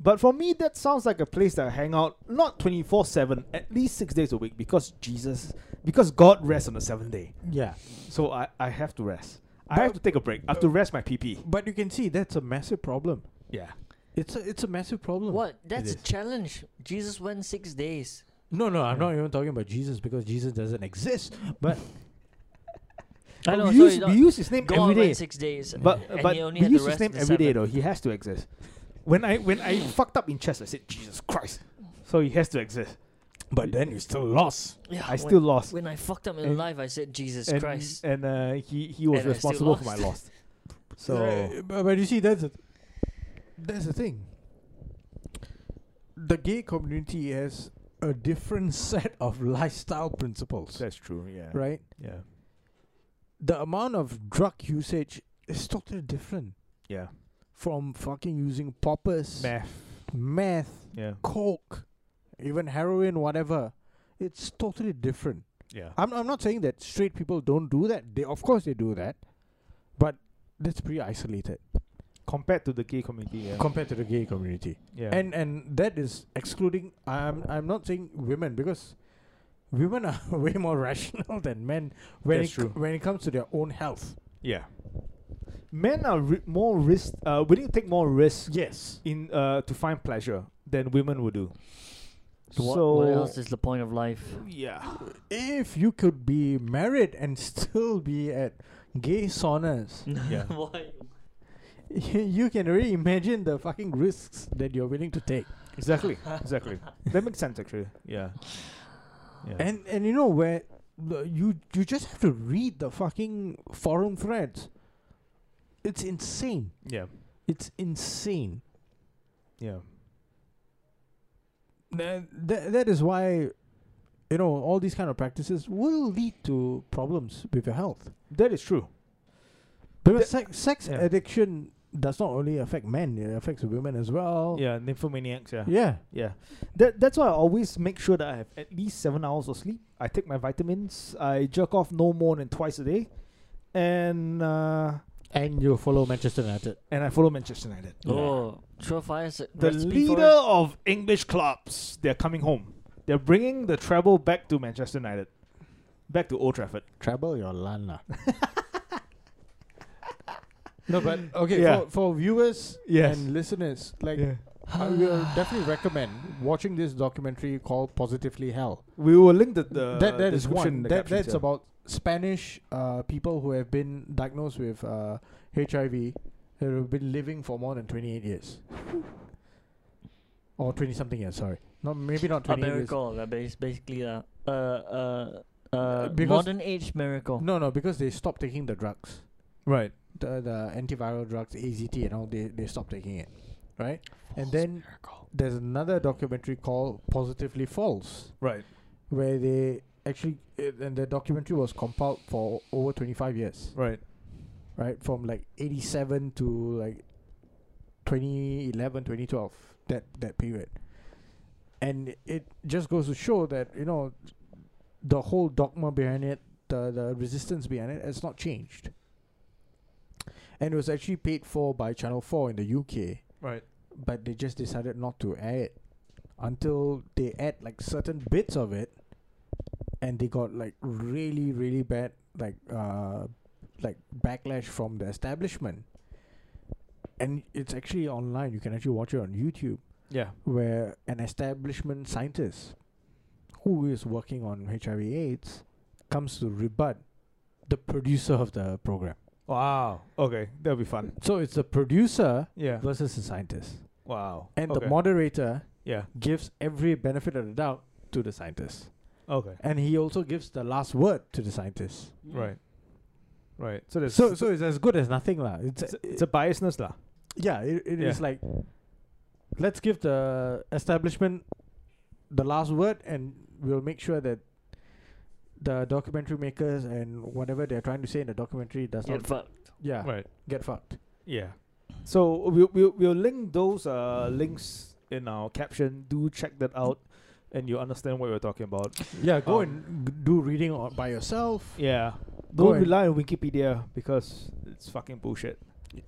But for me that sounds like a place that I hang out not 24/7, at least 6 days a week because Jesus because God rests on the 7th day. Yeah. So I I have to rest. I have to take a break. I have to rest my PP. But you can see that's a massive problem. Yeah. It's a it's a massive problem. What? That's a is. challenge. Jesus went six days. No, no, I'm not even talking about Jesus because Jesus doesn't exist. But I know. we, so use, you we don't- use his name God every day. went six days. But and but he only we had to use his rest name the every day seventh. though. He has to exist. When I when I fucked up in chess, I said Jesus Christ. So he has to exist. but then you still lost. Yeah, I when- still lost. When I fucked up in And- life, I said Jesus and Christ. and uh, he he was And I still responsible for my [laughs] loss. So, So but, but you see, that's the that's the thing. The gay community has a different [laughs] set of lifestyle principles, that's true. Yeah. right? Yeah. The amount of drug usage is totally different Yeah. from fucking using poppers, Math. meth, Yeah. coke, even heroin, whatever. It's totally different. Yeah. I'm, I'm not saying that straight people don't do that. They of course they do that, but that's pretty isolated Compared to the gay community. Yeah. compared to the gay community. yeah. And and that is excluding. I'm I'm not saying women because women are [laughs] way more rational than men when That's it, true. when it comes to their own health. yeah. Men are ri- more risk. Uh, willing to take more risk Yes. in uh to find pleasure than women would do. So what, what so- else is the point of life? Yeah. If you could be married and [laughs] still be at gay saunas, [laughs] Yeah. [laughs] Why? you can already imagine the fucking risks that you're willing to take. Exactly. [laughs] Exactly. that makes sense actually. Yeah. Yeah. And and you know where the- you you just have to read the fucking forum threads. It's insane. yeah. It's insane. Yeah. That, that, that is why you know all these kind of practices will lead to problems with your health. That is true. Because sex, sex yeah. addiction does not only affect men, it affects women as well. Yeah, nymphomaniacs. Yeah, Yeah. yeah. That that's why I always make sure that I have at least seven hours of sleep. I take my vitamins. I jerk off no more than twice a day, and uh, And you follow Manchester United. and I follow Manchester United. Oh, surefire. s- The recipe for leader of English clubs. They're coming home. They're bringing the treble back to Manchester United, back to Old Trafford. Trouble your [laughs] lana. no, but okay, Yeah. for, for viewers Yes. and listeners, like Yeah. I will definitely recommend watching this documentary called Positively Hell. We will link the, the that that is description in one. the That, captions, that's yeah. about Spanish uh, people who have been diagnosed with uh, HIV and have been living for more than twenty eight years, or twenty something years. Sorry, not maybe not a twenty eight years. miracle. That bas- basically a uh, uh, uh, uh, because- modern age miracle. No, no, because they stopped taking the drugs, right. the the antiviral drugs, AZT, and all. They they stopped taking it, right? and then there's another documentary called Positively False. Right. where they actually it, and the documentary was compiled for over 25 years Right. right from like 87 to like 2011 2012 that that period and it just goes to show that you know the whole dogma behind it the, the resistance behind it has not changed and it was actually paid for by channel 4 in the uk Right. but they just decided not to air it until they add like certain bits of it, and they got like really really bad like uh like backlash from the establishment. And it's actually online. You can actually watch it on YouTube Yeah. where an establishment scientist who is working on HIV AIDS comes to rebut the producer of the program. Wow. Okay, that'll be fun. So it's the producer Yeah. versus the scientist. Wow. And okay. the moderator Yeah. gives every benefit of the doubt to the scientist. Okay. And he also gives the last word to the scientist. Right. Right. So there's So so it's as good as nothing lah. It's, it's, a- it's a biasness lah. yeah, it, it is Yeah. like let's give the establishment the last word and we'll make sure that the documentary makers and whatever they're trying to say in the documentary does Get not fucked. yeah Right. get fucked. Yeah. So we'll we'll, we'll link those uh, links in our caption. Do check that out, and you understand what we're talking about. Yeah, go Um, and g- do reading o- by yourself. Yeah. Go Don't and- rely on Wikipedia because it's fucking bullshit.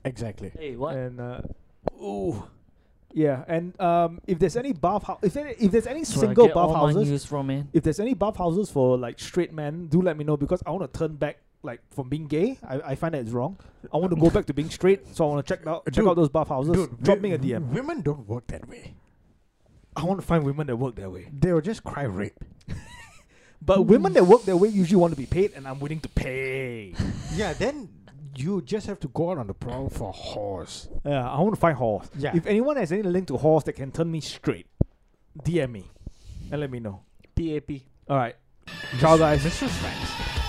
Exactly. Hey, what? And uh, ooh, yeah. And um, if there's any bathhouse, if there, if there's any That's where I single get all my bathhouses, news from man. if there's any bathhouses for like straight men, do let me know because I want to turn back like from being gay. I, I find that it's wrong. I want to go back to being straight, so I want to check out check Dude, out those bathhouses. Drop me a wi- DM. Women don't work that way. I want to find women that work that way. They will just cry rape. But women that work their way usually want to be paid, and I'm willing to pay. yeah, then you just have to go out on the prowl for horse. Yeah, I want to find horse. Yeah. If anyone has any link to horse that can turn me straight, DM me and let me know. DAP. All right, ciao guys. Mr. Franks.